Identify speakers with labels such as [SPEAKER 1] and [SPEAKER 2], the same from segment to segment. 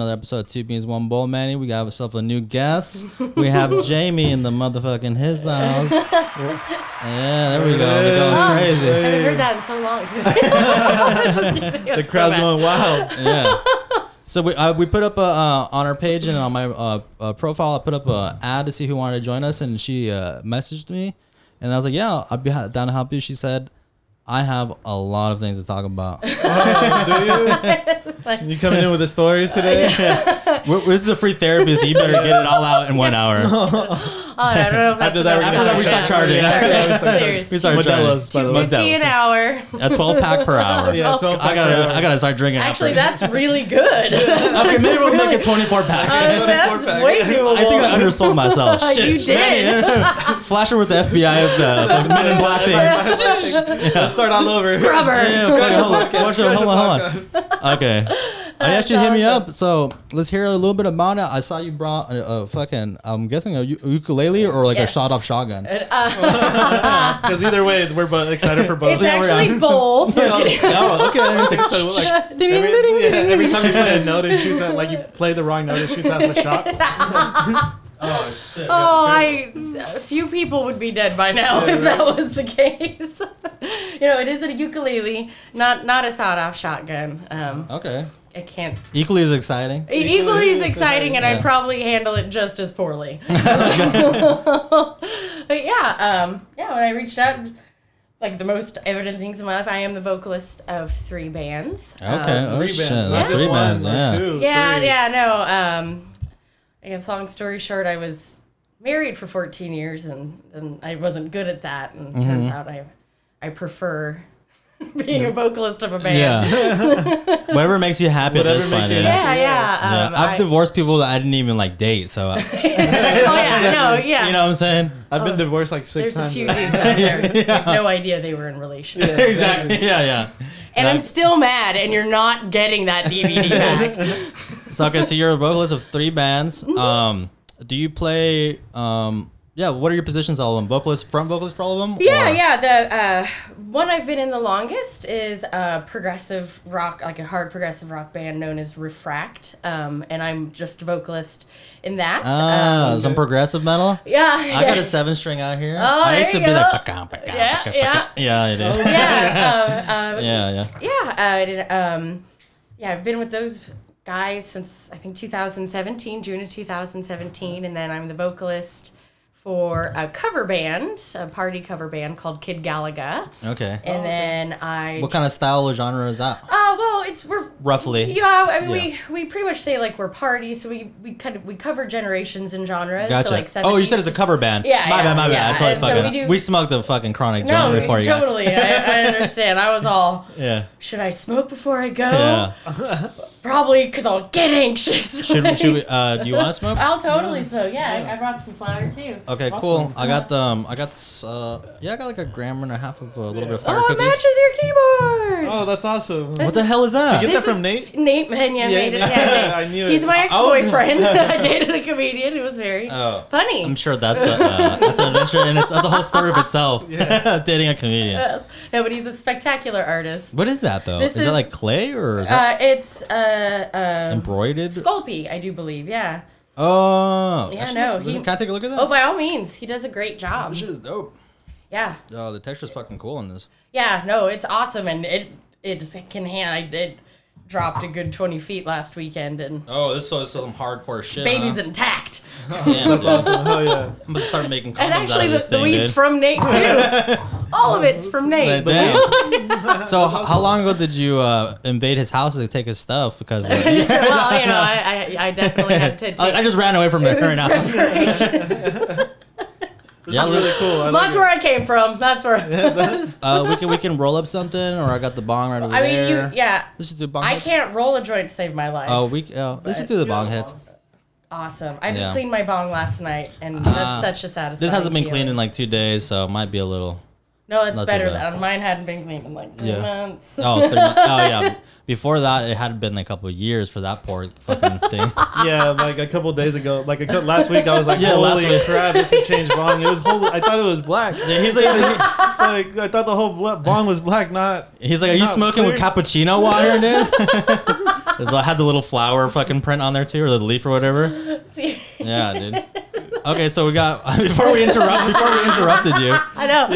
[SPEAKER 1] episode of Two Beans One Bowl, Manny. We got ourselves a new guest. We have Jamie in the motherfucking his house. yeah, there we go. They're
[SPEAKER 2] Oh.
[SPEAKER 1] going crazy.
[SPEAKER 2] Hey.
[SPEAKER 3] I haven't heard that in so
[SPEAKER 2] The
[SPEAKER 3] long. the
[SPEAKER 2] crowd's going wild.
[SPEAKER 1] yeah. So we uh, we put up a uh, on our page and on my uh, uh, profile I put up a ad to see who wanted to join us and she uh, messaged me and I was like yeah I'd be ha- down to help you she said I have a lot of things to talk about
[SPEAKER 2] Do you? You coming in with the stories today?
[SPEAKER 1] We're- this is a free therapy so you better get it all out in one hour
[SPEAKER 3] Oh, I don't know if that's
[SPEAKER 2] After that, we're
[SPEAKER 3] enough.
[SPEAKER 2] gonna After that, start we start charging. charging. Yeah,
[SPEAKER 3] Sorry.
[SPEAKER 2] we
[SPEAKER 3] Cheers.
[SPEAKER 1] we started
[SPEAKER 2] Modelo's, by the way.
[SPEAKER 3] $2.50 an hour. Oh.
[SPEAKER 1] a twelve pack per hour
[SPEAKER 2] yeah, 12
[SPEAKER 1] I gotta I gotta start drinking
[SPEAKER 3] Actually,
[SPEAKER 1] after.
[SPEAKER 3] that's really good.
[SPEAKER 1] okay maybe we'll make
[SPEAKER 3] really-
[SPEAKER 1] a twenty four pack
[SPEAKER 3] Honestly, that's
[SPEAKER 2] Four pack.
[SPEAKER 3] way
[SPEAKER 2] I think
[SPEAKER 3] doable.
[SPEAKER 1] I think I undersold myself.
[SPEAKER 3] You
[SPEAKER 1] Shit.
[SPEAKER 3] did.
[SPEAKER 1] Man, Flasher with the FBI of the, the men in black thing.
[SPEAKER 2] Let's start all over.
[SPEAKER 3] Scrubber.
[SPEAKER 1] Yeah,
[SPEAKER 3] Scrubber.
[SPEAKER 1] fuck, hold on, watch it, hold on, hold on.
[SPEAKER 2] Podcast.
[SPEAKER 1] Okay. I
[SPEAKER 3] That's
[SPEAKER 1] actually hit me
[SPEAKER 3] awesome.
[SPEAKER 1] up. So let's hear a little bit about it. I saw you brought a, a fucking, I'm guessing a u- ukulele or like
[SPEAKER 3] Yes.
[SPEAKER 1] a shot off shotgun.
[SPEAKER 3] And, uh,
[SPEAKER 2] Because either way, we're both excited for both.
[SPEAKER 3] it's
[SPEAKER 1] Yeah, we're
[SPEAKER 3] actually
[SPEAKER 1] on.
[SPEAKER 3] both.
[SPEAKER 1] Yeah, oh, okay. I didn't think so.
[SPEAKER 2] so like every, yeah, every time you play a note, it shoots out like you play the wrong note, it shoots out the shot.
[SPEAKER 1] Oh, shit.
[SPEAKER 3] Oh, I a few people would be dead by now if that was the case. you know, it is a ukulele, not not a sawed-off shotgun. Um,
[SPEAKER 1] Okay.
[SPEAKER 3] I can't.
[SPEAKER 1] Equally as exciting.
[SPEAKER 3] e-
[SPEAKER 2] Equally-
[SPEAKER 3] Equally as
[SPEAKER 2] equally
[SPEAKER 3] exciting, and
[SPEAKER 1] Yeah.
[SPEAKER 3] I'd probably handle it just as poorly. So- but yeah, um, yeah. When I reached out, like the most evident things in my life, I am the vocalist of three bands.
[SPEAKER 1] Okay.
[SPEAKER 3] Um,
[SPEAKER 1] oh,
[SPEAKER 2] Three
[SPEAKER 1] shit.
[SPEAKER 2] bands, not
[SPEAKER 1] That's
[SPEAKER 2] just
[SPEAKER 1] three
[SPEAKER 2] one,
[SPEAKER 1] bands.
[SPEAKER 2] or
[SPEAKER 1] Yeah.
[SPEAKER 2] two,
[SPEAKER 3] yeah,
[SPEAKER 2] three.
[SPEAKER 3] yeah. No. Um, I guess long story short, I was married for 14 years, and and I wasn't good at that. And turns
[SPEAKER 1] Mm-hmm.
[SPEAKER 3] out I, I prefer being a vocalist of a band.
[SPEAKER 1] Yeah. Whatever makes you happy at
[SPEAKER 2] Whatever
[SPEAKER 1] this
[SPEAKER 2] makes
[SPEAKER 1] point.
[SPEAKER 2] you
[SPEAKER 1] Yeah.
[SPEAKER 2] happy.
[SPEAKER 3] Yeah, yeah.
[SPEAKER 1] Yeah.
[SPEAKER 3] Um,
[SPEAKER 1] I've
[SPEAKER 3] I-
[SPEAKER 1] divorced people that I didn't even like date. So, uh,
[SPEAKER 3] oh yeah, no, yeah.
[SPEAKER 1] you know what I'm saying?
[SPEAKER 2] I've been divorced like six
[SPEAKER 3] There's a
[SPEAKER 2] times.
[SPEAKER 3] few dudes out there with no idea they were in relationships.
[SPEAKER 1] exactly. Yeah. Yeah.
[SPEAKER 3] And I'm
[SPEAKER 1] That's-
[SPEAKER 3] still mad, and you're not getting that DVD back.
[SPEAKER 1] So okay, so you're a vocalist of three bands. Um, do you play? Um, yeah. What are your positions? All of them? Vocalist, front vocalist for all of them?
[SPEAKER 3] Yeah,
[SPEAKER 1] or-
[SPEAKER 3] yeah. The uh, one I've been in the longest is a progressive rock, like a hard progressive rock band known as Refract, um, and I'm just a vocalist in that.
[SPEAKER 1] Ah,
[SPEAKER 2] Uh,
[SPEAKER 3] um,
[SPEAKER 1] some progressive metal.
[SPEAKER 3] yeah,
[SPEAKER 1] I got a
[SPEAKER 3] yes.
[SPEAKER 1] seven string out here.
[SPEAKER 3] Oh,
[SPEAKER 1] I
[SPEAKER 3] there
[SPEAKER 1] used to
[SPEAKER 3] you
[SPEAKER 1] be
[SPEAKER 3] go.
[SPEAKER 1] like, "Paka, paka,
[SPEAKER 3] Yeah,
[SPEAKER 1] paka,
[SPEAKER 3] yeah.
[SPEAKER 1] paka." yeah, I did.
[SPEAKER 3] Yeah, um, um,
[SPEAKER 1] Yeah, yeah.
[SPEAKER 3] yeah, uh, I did, um, yeah. I've been with those guys since I think 2017, June of 2017, and then I'm the vocalist for a cover band, a party cover band called Kid Galaga,
[SPEAKER 1] Oh, Okay.
[SPEAKER 3] and then I.
[SPEAKER 1] What kind of style or genre is that?
[SPEAKER 3] Uh, well, it's we're
[SPEAKER 1] Roughly.
[SPEAKER 3] yeah. I mean,
[SPEAKER 1] Yeah.
[SPEAKER 3] we we pretty much say like we're party, so we we kind of we cover generations and genres.
[SPEAKER 1] Gotcha.
[SPEAKER 3] So like 70s.
[SPEAKER 1] oh, you said it's a cover band.
[SPEAKER 3] Yeah,
[SPEAKER 1] My
[SPEAKER 3] yeah,
[SPEAKER 1] bad, my
[SPEAKER 3] yeah.
[SPEAKER 1] bad. I totally
[SPEAKER 3] And so
[SPEAKER 1] fucking.
[SPEAKER 3] we
[SPEAKER 1] we,
[SPEAKER 3] do-
[SPEAKER 1] smoked the fucking chronic
[SPEAKER 3] no,
[SPEAKER 1] genre for you. guys.
[SPEAKER 3] totally. I, I understand. I was all,
[SPEAKER 1] Yeah.
[SPEAKER 3] should I smoke before I go?
[SPEAKER 1] Yeah.
[SPEAKER 3] Probably because I'll get anxious.
[SPEAKER 1] Should, should we, uh, do you want to smoke?
[SPEAKER 3] I'll totally smoke. Yeah, I, I brought some flour too.
[SPEAKER 1] Okay, cool. I got the um, I got s- uh, yeah, I got like a gram and a half of a little bit of fire
[SPEAKER 3] oh, it
[SPEAKER 1] cookies.
[SPEAKER 3] matches your keyboard.
[SPEAKER 2] Oh, that's awesome.
[SPEAKER 1] What the hell is that?
[SPEAKER 2] Did you get
[SPEAKER 3] This
[SPEAKER 2] that
[SPEAKER 3] is-
[SPEAKER 2] from Nate?
[SPEAKER 3] Nate Pena
[SPEAKER 2] Yeah,
[SPEAKER 3] made it. Yeah,
[SPEAKER 2] yeah,
[SPEAKER 3] Nate.
[SPEAKER 2] I knew it.
[SPEAKER 3] He's my
[SPEAKER 2] I was-
[SPEAKER 3] ex-boyfriend. I dated a comedian who was very
[SPEAKER 1] Oh.
[SPEAKER 3] funny.
[SPEAKER 1] I'm sure that's a, uh, that's an adventure and it's that's a whole story of itself.
[SPEAKER 2] Yeah.
[SPEAKER 1] Dating a comedian.
[SPEAKER 3] Yes. No, but he's a spectacular artist.
[SPEAKER 1] What is that though?
[SPEAKER 3] This
[SPEAKER 1] is it
[SPEAKER 3] is-
[SPEAKER 1] like clay or is that
[SPEAKER 3] Uh, it's uh, um,
[SPEAKER 1] embroidered?
[SPEAKER 3] Sculpey, I do believe. Yeah.
[SPEAKER 1] Oh,
[SPEAKER 3] Yeah,
[SPEAKER 1] actually,
[SPEAKER 3] no,
[SPEAKER 1] that's-
[SPEAKER 3] he-
[SPEAKER 1] Can I take a look at that?
[SPEAKER 3] Oh, by all means, he does a great job.
[SPEAKER 1] this shit is dope.
[SPEAKER 3] Yeah.
[SPEAKER 1] Oh, the texture's fucking cool on this.
[SPEAKER 3] Yeah. No, it's awesome, and it it just can hand. I it dropped a good twenty feet last weekend, and
[SPEAKER 1] Oh, this is some hardcore shit.
[SPEAKER 3] baby's
[SPEAKER 1] huh?
[SPEAKER 3] intact.
[SPEAKER 1] Damn, dude.
[SPEAKER 2] Awesome. Hell yeah.
[SPEAKER 1] I'm gonna start making condoms
[SPEAKER 3] And
[SPEAKER 1] out
[SPEAKER 3] actually,
[SPEAKER 1] of
[SPEAKER 3] the,
[SPEAKER 1] this
[SPEAKER 3] the
[SPEAKER 1] thing,
[SPEAKER 3] weed's
[SPEAKER 1] dude.
[SPEAKER 3] from Nate too. all of it's from Nate.
[SPEAKER 1] Damn. so, h- how long ago did you uh, invade his house to take his stuff? Because uh,
[SPEAKER 3] so, well, you know, I, I, I definitely had to. Take
[SPEAKER 1] I, I just ran away from it right
[SPEAKER 3] this
[SPEAKER 1] now.
[SPEAKER 3] preparation.
[SPEAKER 2] This
[SPEAKER 1] Yeah,
[SPEAKER 2] is really cool. I like
[SPEAKER 3] That's
[SPEAKER 2] it.
[SPEAKER 3] where I came from. That's where.
[SPEAKER 1] Uh, we can we can roll up something, or I got the bong right over
[SPEAKER 3] I mean,
[SPEAKER 1] there.
[SPEAKER 3] you, yeah.
[SPEAKER 1] Let's just do bong.
[SPEAKER 3] I
[SPEAKER 1] heads.
[SPEAKER 3] can't roll a joint to save my life.
[SPEAKER 1] Oh, we. Oh, let's just do the bong heads.
[SPEAKER 3] Awesome. I just
[SPEAKER 1] Yeah.
[SPEAKER 3] cleaned my bong last night, and
[SPEAKER 1] Ah.
[SPEAKER 3] that's such a satisfaction.
[SPEAKER 1] This hasn't been cleaned in like two days, so it might be a little.
[SPEAKER 3] No, it's
[SPEAKER 1] not too
[SPEAKER 3] better
[SPEAKER 1] bad.
[SPEAKER 3] than mine hadn't been cleaned in like three
[SPEAKER 1] Yeah.
[SPEAKER 3] months.
[SPEAKER 1] Oh, three months. oh yeah. Before that, it had been a couple of years for that poor fucking thing.
[SPEAKER 2] Yeah, like a couple days ago, like a cou- last week, I was like,
[SPEAKER 1] Yeah, last
[SPEAKER 2] "Holy
[SPEAKER 1] week.
[SPEAKER 2] crap, it's a change bong." It was whole. I thought it was black.
[SPEAKER 1] Yeah, he's like,
[SPEAKER 2] Like I thought the whole bl- bong was black, not
[SPEAKER 1] he's like, are you
[SPEAKER 2] Not
[SPEAKER 1] smoking with
[SPEAKER 2] clear.
[SPEAKER 1] cappuccino water, dude? It's like- had the little flower fucking print on there too, or the leaf or whatever.
[SPEAKER 3] See?
[SPEAKER 1] Yeah, dude. Okay, so we got before we interrupt before we interrupted you.
[SPEAKER 3] I know.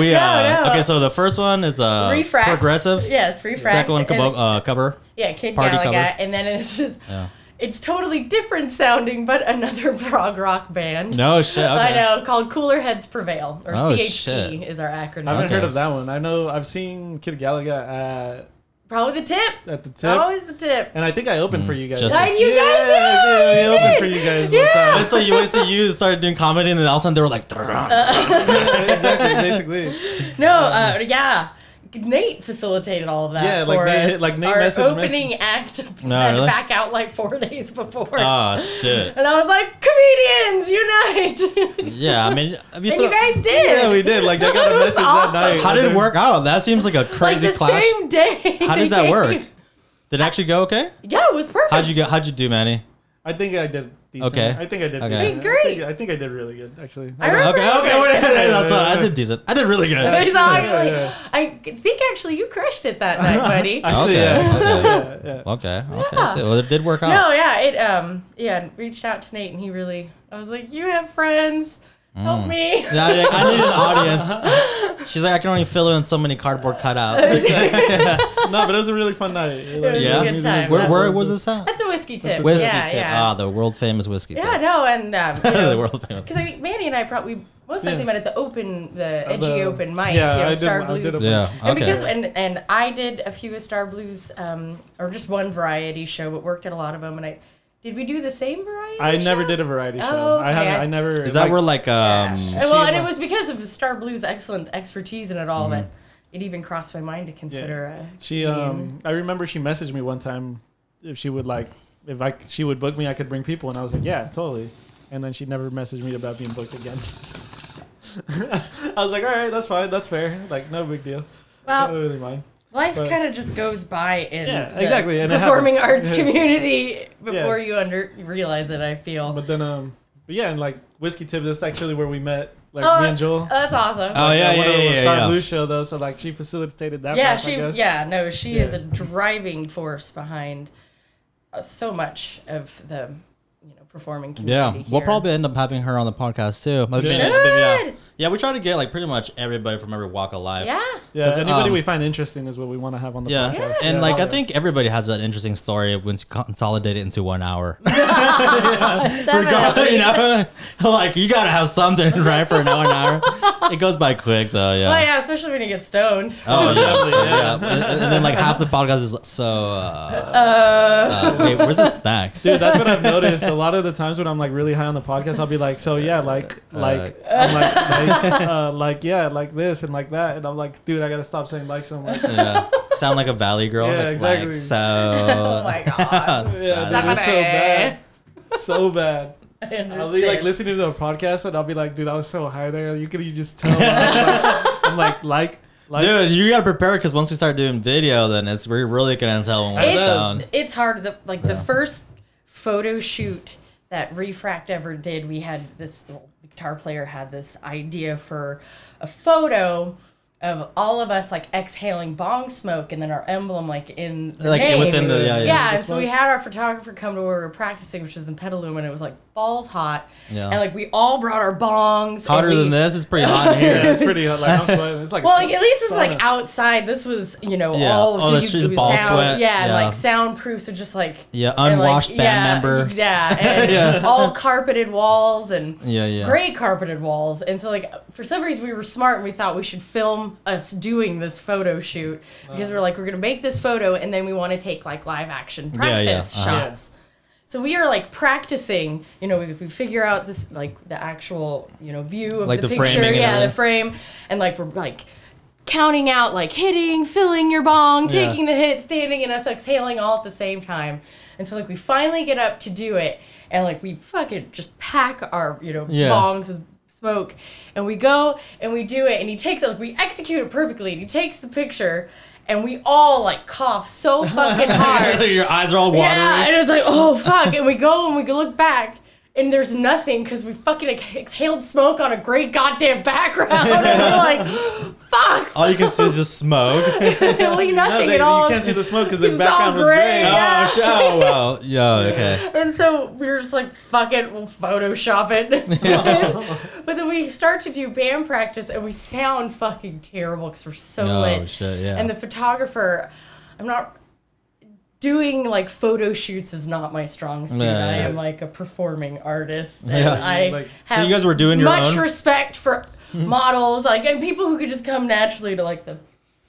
[SPEAKER 1] We
[SPEAKER 3] No,
[SPEAKER 1] uh,
[SPEAKER 3] no.
[SPEAKER 1] okay. So the first one is uh
[SPEAKER 3] refract.
[SPEAKER 1] progressive.
[SPEAKER 3] Yes, refract.
[SPEAKER 1] Second one
[SPEAKER 3] and-
[SPEAKER 1] Kabo- uh, cover.
[SPEAKER 3] yeah, Kid
[SPEAKER 1] party
[SPEAKER 3] Galaga,
[SPEAKER 1] cover.
[SPEAKER 3] and then it's just,
[SPEAKER 1] Yeah.
[SPEAKER 3] it's totally different sounding, but another prog rock band.
[SPEAKER 1] No shit. Okay.
[SPEAKER 3] I know, called Cooler Heads Prevail, or
[SPEAKER 1] Oh,
[SPEAKER 3] CHP
[SPEAKER 1] shit.
[SPEAKER 3] is our acronym.
[SPEAKER 2] I haven't
[SPEAKER 1] Okay.
[SPEAKER 2] heard of that one. I know I've seen Kid Galaga at,
[SPEAKER 3] Probably the tip.
[SPEAKER 2] at the tip,
[SPEAKER 3] Always the tip.
[SPEAKER 2] and I think I opened for you guys.
[SPEAKER 1] Mm. Just-
[SPEAKER 3] I Oh, you
[SPEAKER 2] yeah,
[SPEAKER 3] guys yeah,
[SPEAKER 2] I, did. I
[SPEAKER 3] you
[SPEAKER 2] opened
[SPEAKER 3] did.
[SPEAKER 2] for you guys
[SPEAKER 3] Yeah.
[SPEAKER 2] one time.
[SPEAKER 1] That's like you went to you started doing comedy, and then all of a sudden they were like,
[SPEAKER 2] exactly, basically.
[SPEAKER 3] No, uh, yeah. Nate facilitated all of that
[SPEAKER 2] Yeah, like
[SPEAKER 3] for
[SPEAKER 2] Nate-
[SPEAKER 3] us.
[SPEAKER 2] like Nate
[SPEAKER 3] Our
[SPEAKER 2] messaged-
[SPEAKER 3] opening act
[SPEAKER 1] No,
[SPEAKER 3] had
[SPEAKER 1] really?
[SPEAKER 3] back out like four days before,
[SPEAKER 1] oh shit.
[SPEAKER 3] and I was like, "Comedians unite!"
[SPEAKER 1] Yeah, I mean, if you
[SPEAKER 3] and
[SPEAKER 1] throw-
[SPEAKER 3] you guys did.
[SPEAKER 2] Yeah, we did. Like, they got
[SPEAKER 3] It
[SPEAKER 2] a
[SPEAKER 3] was
[SPEAKER 2] message
[SPEAKER 3] awesome.
[SPEAKER 2] that night.
[SPEAKER 1] how did it work out? Oh, That seems like a crazy
[SPEAKER 3] like the
[SPEAKER 1] clash.
[SPEAKER 3] same day.
[SPEAKER 1] How did that work? Did it actually go okay?
[SPEAKER 3] Yeah, it was perfect.
[SPEAKER 1] How'd you go? How'd you do, Manny?
[SPEAKER 2] I think I did. Decent.
[SPEAKER 1] Okay.
[SPEAKER 2] I think I did.
[SPEAKER 1] Okay.
[SPEAKER 2] Decent.
[SPEAKER 3] You did
[SPEAKER 2] I think,
[SPEAKER 3] great.
[SPEAKER 2] I think I did really good, actually.
[SPEAKER 3] I remember.
[SPEAKER 1] Okay, okay, wait, that's all. I did decent. I did really
[SPEAKER 3] There's
[SPEAKER 1] good.
[SPEAKER 2] Yeah,
[SPEAKER 3] actually,
[SPEAKER 2] yeah,
[SPEAKER 3] I think actually you crushed it that night, buddy. no,
[SPEAKER 2] Actually, yeah.
[SPEAKER 1] Okay,
[SPEAKER 2] yeah, yeah.
[SPEAKER 1] okay, okay. So well, it did work out.
[SPEAKER 3] yeah, it um, yeah, reached out to Nate and he really, I was like, you have friends,
[SPEAKER 1] Mm.
[SPEAKER 3] help me.
[SPEAKER 1] Yeah, yeah, I need an audience. She's like, I can only fill in so many cardboard cutouts.
[SPEAKER 2] No, but it was a really fun night. Like,
[SPEAKER 1] Yeah.
[SPEAKER 2] the music
[SPEAKER 1] It
[SPEAKER 3] was a good time.
[SPEAKER 1] Where, where
[SPEAKER 2] the-
[SPEAKER 1] was this at?
[SPEAKER 3] At the whiskey tip.
[SPEAKER 1] Whiskey
[SPEAKER 3] yeah,
[SPEAKER 1] tip.
[SPEAKER 3] yeah.
[SPEAKER 1] Ah, the world famous whiskey
[SPEAKER 3] yeah,
[SPEAKER 1] tip.
[SPEAKER 3] no, and um,
[SPEAKER 1] the world famous.
[SPEAKER 3] because I think Manny and I probably most likely
[SPEAKER 2] Yeah.
[SPEAKER 3] met at the open, the edgy
[SPEAKER 2] the-
[SPEAKER 3] open mic,
[SPEAKER 2] Yeah,
[SPEAKER 3] you know,
[SPEAKER 2] I did-
[SPEAKER 3] Star
[SPEAKER 2] I did
[SPEAKER 3] Blues.
[SPEAKER 2] a
[SPEAKER 1] Yeah.
[SPEAKER 3] And
[SPEAKER 1] Okay.
[SPEAKER 3] because and and I did a few of Star Blues, um, or just one variety show, but worked at a lot of them. And I did we do the same variety?
[SPEAKER 2] I
[SPEAKER 3] show?
[SPEAKER 2] never did a variety show.
[SPEAKER 3] Oh,
[SPEAKER 2] I haven't.
[SPEAKER 3] okay.
[SPEAKER 2] I never.
[SPEAKER 1] Is that where like um?
[SPEAKER 3] And well, and it
[SPEAKER 2] went-
[SPEAKER 3] was because of Star Blues' excellent expertise in it all that it even crossed my mind to consider. uh
[SPEAKER 2] Mm-hmm. She um I remember she messaged me one time if she would like if I she would book me I could bring people and I was like yeah totally and then she never messaged me about being booked again. I was like all right that's fine that's fair like no big deal. I don't
[SPEAKER 3] well,
[SPEAKER 2] really mind.
[SPEAKER 3] life
[SPEAKER 2] uh, but-
[SPEAKER 3] kind of just goes by in
[SPEAKER 2] Yeah,
[SPEAKER 3] the
[SPEAKER 2] exactly, and it
[SPEAKER 3] performing
[SPEAKER 2] happens.
[SPEAKER 3] arts
[SPEAKER 2] Yeah.
[SPEAKER 3] community before you under you realize it. I feel.
[SPEAKER 2] But then um but yeah and like whiskey tip that's actually where we met like
[SPEAKER 3] Oh,
[SPEAKER 2] uh, me and Joel.
[SPEAKER 3] that's awesome.
[SPEAKER 1] Oh, yeah,
[SPEAKER 2] At one of
[SPEAKER 1] yeah,
[SPEAKER 2] the
[SPEAKER 1] yeah,
[SPEAKER 2] Star
[SPEAKER 1] yeah.
[SPEAKER 2] Blues show though so like she facilitated that.
[SPEAKER 3] yeah,
[SPEAKER 2] part, I
[SPEAKER 3] she.
[SPEAKER 2] guess.
[SPEAKER 3] Yeah, no, she is
[SPEAKER 2] Yeah.
[SPEAKER 3] a driving force behind uh, so much of the you know performing
[SPEAKER 1] Yeah,
[SPEAKER 3] community.
[SPEAKER 1] we'll
[SPEAKER 3] here.
[SPEAKER 1] probably end up having her on the podcast too. But-
[SPEAKER 2] Should.
[SPEAKER 1] Yeah. yeah, we try to get like pretty much everybody from every walk of life.
[SPEAKER 3] Yeah.
[SPEAKER 2] Yeah,
[SPEAKER 1] 'Cause,
[SPEAKER 2] anybody
[SPEAKER 1] um,
[SPEAKER 2] we find interesting is what we want to have on the
[SPEAKER 1] Yeah.
[SPEAKER 2] podcast.
[SPEAKER 1] and like I
[SPEAKER 2] Yeah.
[SPEAKER 1] think everybody has that interesting story of when you consolidate it into one hour.
[SPEAKER 3] Definitely.
[SPEAKER 1] you know, like you gotta have something right for an hour. An hour. It goes by quick though.
[SPEAKER 3] Well,
[SPEAKER 1] Yeah.
[SPEAKER 3] yeah, especially when you get stoned.
[SPEAKER 1] Oh yeah, yeah. And and then like half the podcast is like, so. Uh, uh, wait, where's the snacks?
[SPEAKER 2] Dude, that's what I've noticed. A lot of the times when I'm like really high on the podcast, I'll be like, so yeah, like,
[SPEAKER 1] Uh,
[SPEAKER 2] like,
[SPEAKER 3] uh.
[SPEAKER 2] I'm like, like, uh, like, yeah, like this and like that, and I'm like, dude, I gotta stop saying like so much.
[SPEAKER 1] yeah. Sound like a valley girl.
[SPEAKER 2] Yeah,
[SPEAKER 1] like,
[SPEAKER 2] exactly.
[SPEAKER 1] Like, so.
[SPEAKER 3] oh my god.
[SPEAKER 2] Yeah,
[SPEAKER 1] so-
[SPEAKER 2] dude, it's so bad, so bad.
[SPEAKER 3] I
[SPEAKER 2] I'll be like
[SPEAKER 3] understand.
[SPEAKER 2] listening to a podcast, and I'll be like, dude, I was so high there. You could you just tell? I'm like, like, like,
[SPEAKER 1] Dude, you gotta prepare because once we start doing video, then it's we're really gonna tell when we're
[SPEAKER 2] It's-
[SPEAKER 1] down.
[SPEAKER 3] It's hard. The, like the first photo shoot that Refract ever did, we had this well, the guitar player had this idea for a photo of all of us like exhaling bong smoke and then our emblem like in the
[SPEAKER 1] Like,
[SPEAKER 3] name.
[SPEAKER 1] within the- yeah, yeah.
[SPEAKER 3] and
[SPEAKER 2] The
[SPEAKER 3] so we
[SPEAKER 2] smoke.
[SPEAKER 3] had our photographer come to where we were practicing, which was in Petaluma, and it was like balls hot.
[SPEAKER 1] Yeah.
[SPEAKER 3] And like we all brought our bongs. and
[SPEAKER 1] Hotter
[SPEAKER 3] we-
[SPEAKER 1] than this, it's pretty hot in here.
[SPEAKER 2] yeah, it's pretty hot. Like, I'm sweating. It's like, a
[SPEAKER 3] well,
[SPEAKER 2] sa-
[SPEAKER 3] like, at least it's
[SPEAKER 2] sauna.
[SPEAKER 3] like outside. This was, you know,
[SPEAKER 1] Yeah.
[SPEAKER 3] all
[SPEAKER 1] Oh,
[SPEAKER 3] so
[SPEAKER 1] that's
[SPEAKER 3] you-
[SPEAKER 1] just
[SPEAKER 3] it was
[SPEAKER 1] ball
[SPEAKER 3] sound,
[SPEAKER 1] sweat.
[SPEAKER 3] Yeah, and
[SPEAKER 1] Yeah.
[SPEAKER 3] like soundproof, so just like
[SPEAKER 1] Yeah,
[SPEAKER 3] and, like,
[SPEAKER 1] unwashed band
[SPEAKER 3] yeah,
[SPEAKER 1] members.
[SPEAKER 3] Yeah, and
[SPEAKER 1] Yeah.
[SPEAKER 3] all carpeted walls and
[SPEAKER 1] Yeah, yeah.
[SPEAKER 3] gray carpeted walls. And so like for some reason we were smart and we thought we should film us doing this photo shoot because we're like we're gonna make this photo and then we want to take like live action
[SPEAKER 1] Yeah, yeah,
[SPEAKER 3] practice
[SPEAKER 1] uh-huh.
[SPEAKER 3] shots. So we are like practicing, you know, we, we figure out this like the actual, you know, view of
[SPEAKER 1] Like
[SPEAKER 3] the,
[SPEAKER 1] the
[SPEAKER 3] picture,
[SPEAKER 1] framing and
[SPEAKER 3] yeah, the
[SPEAKER 1] everything.
[SPEAKER 3] frame, and like we're like counting out, like hitting, filling your bong,
[SPEAKER 1] Yeah.
[SPEAKER 3] taking the hit, standing, and us exhaling all at the same time. And so like we finally get up to do it, and like we fucking just pack our you know
[SPEAKER 1] Yeah.
[SPEAKER 3] bongs with smoke, and we go and we do it, and he takes it. Like, we execute it perfectly, and he takes the picture. And we all like cough so fucking hard.
[SPEAKER 1] Your eyes are all watery.
[SPEAKER 3] Yeah, and it's like, oh fuck. And we go and we look back, and there's nothing because we fucking ex- exhaled smoke on a great goddamn background. and we're like, fuck,
[SPEAKER 1] All you can see is just smoke.
[SPEAKER 3] really
[SPEAKER 2] Oh, No,
[SPEAKER 3] nothing
[SPEAKER 2] they,
[SPEAKER 3] at all.
[SPEAKER 2] you can't see the smoke because
[SPEAKER 3] It's
[SPEAKER 2] the
[SPEAKER 3] all
[SPEAKER 2] background was
[SPEAKER 3] gray.
[SPEAKER 2] gray.
[SPEAKER 3] Yeah.
[SPEAKER 1] Oh, sh- oh well, yeah, okay.
[SPEAKER 3] And so we were just like, fuck it, we'll Photoshop it. but then we start to do band practice and we sound fucking terrible because we're so
[SPEAKER 1] Oh,
[SPEAKER 3] lit.
[SPEAKER 1] shit, yeah.
[SPEAKER 3] And the photographer, I'm not doing like photo shoots is not my strong suit.
[SPEAKER 1] Yeah,
[SPEAKER 3] I
[SPEAKER 1] yeah.
[SPEAKER 3] am like a performing artist. And
[SPEAKER 1] Yeah.
[SPEAKER 3] I
[SPEAKER 2] Like- So
[SPEAKER 3] have
[SPEAKER 1] you guys were doing your
[SPEAKER 3] much
[SPEAKER 1] own? Hmm.
[SPEAKER 3] respect for models, like and people who could just come naturally to like the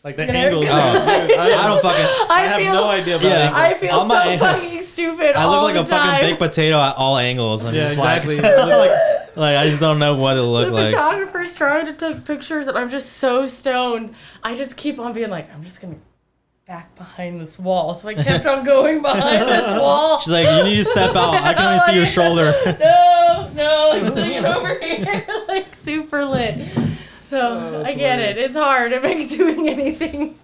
[SPEAKER 2] Like the
[SPEAKER 3] You know,
[SPEAKER 2] angles.
[SPEAKER 1] I I don't fucking.
[SPEAKER 3] I,
[SPEAKER 2] I have
[SPEAKER 3] feel
[SPEAKER 2] no idea about
[SPEAKER 1] Yeah.
[SPEAKER 2] yeah,
[SPEAKER 3] I feel
[SPEAKER 1] All
[SPEAKER 3] so
[SPEAKER 1] my-
[SPEAKER 3] fucking stupid.
[SPEAKER 1] I
[SPEAKER 3] all
[SPEAKER 1] look like
[SPEAKER 3] the
[SPEAKER 1] a fucking
[SPEAKER 3] time.
[SPEAKER 1] baked potato at all angles. I'm
[SPEAKER 2] Yeah,
[SPEAKER 1] just
[SPEAKER 2] exactly.
[SPEAKER 1] like, like, like, I just don't know what it
[SPEAKER 3] the
[SPEAKER 1] looked like.
[SPEAKER 3] photographer's trying to take pictures and I'm just so stoned. I just keep on being like, I'm just gonna back behind this wall. So I kept on going behind this wall.
[SPEAKER 1] She's like, you need to step out. I can only see your shoulder.
[SPEAKER 3] no, no, I'm singing over here, like super lit. So I get it. It's hard. It makes doing anything.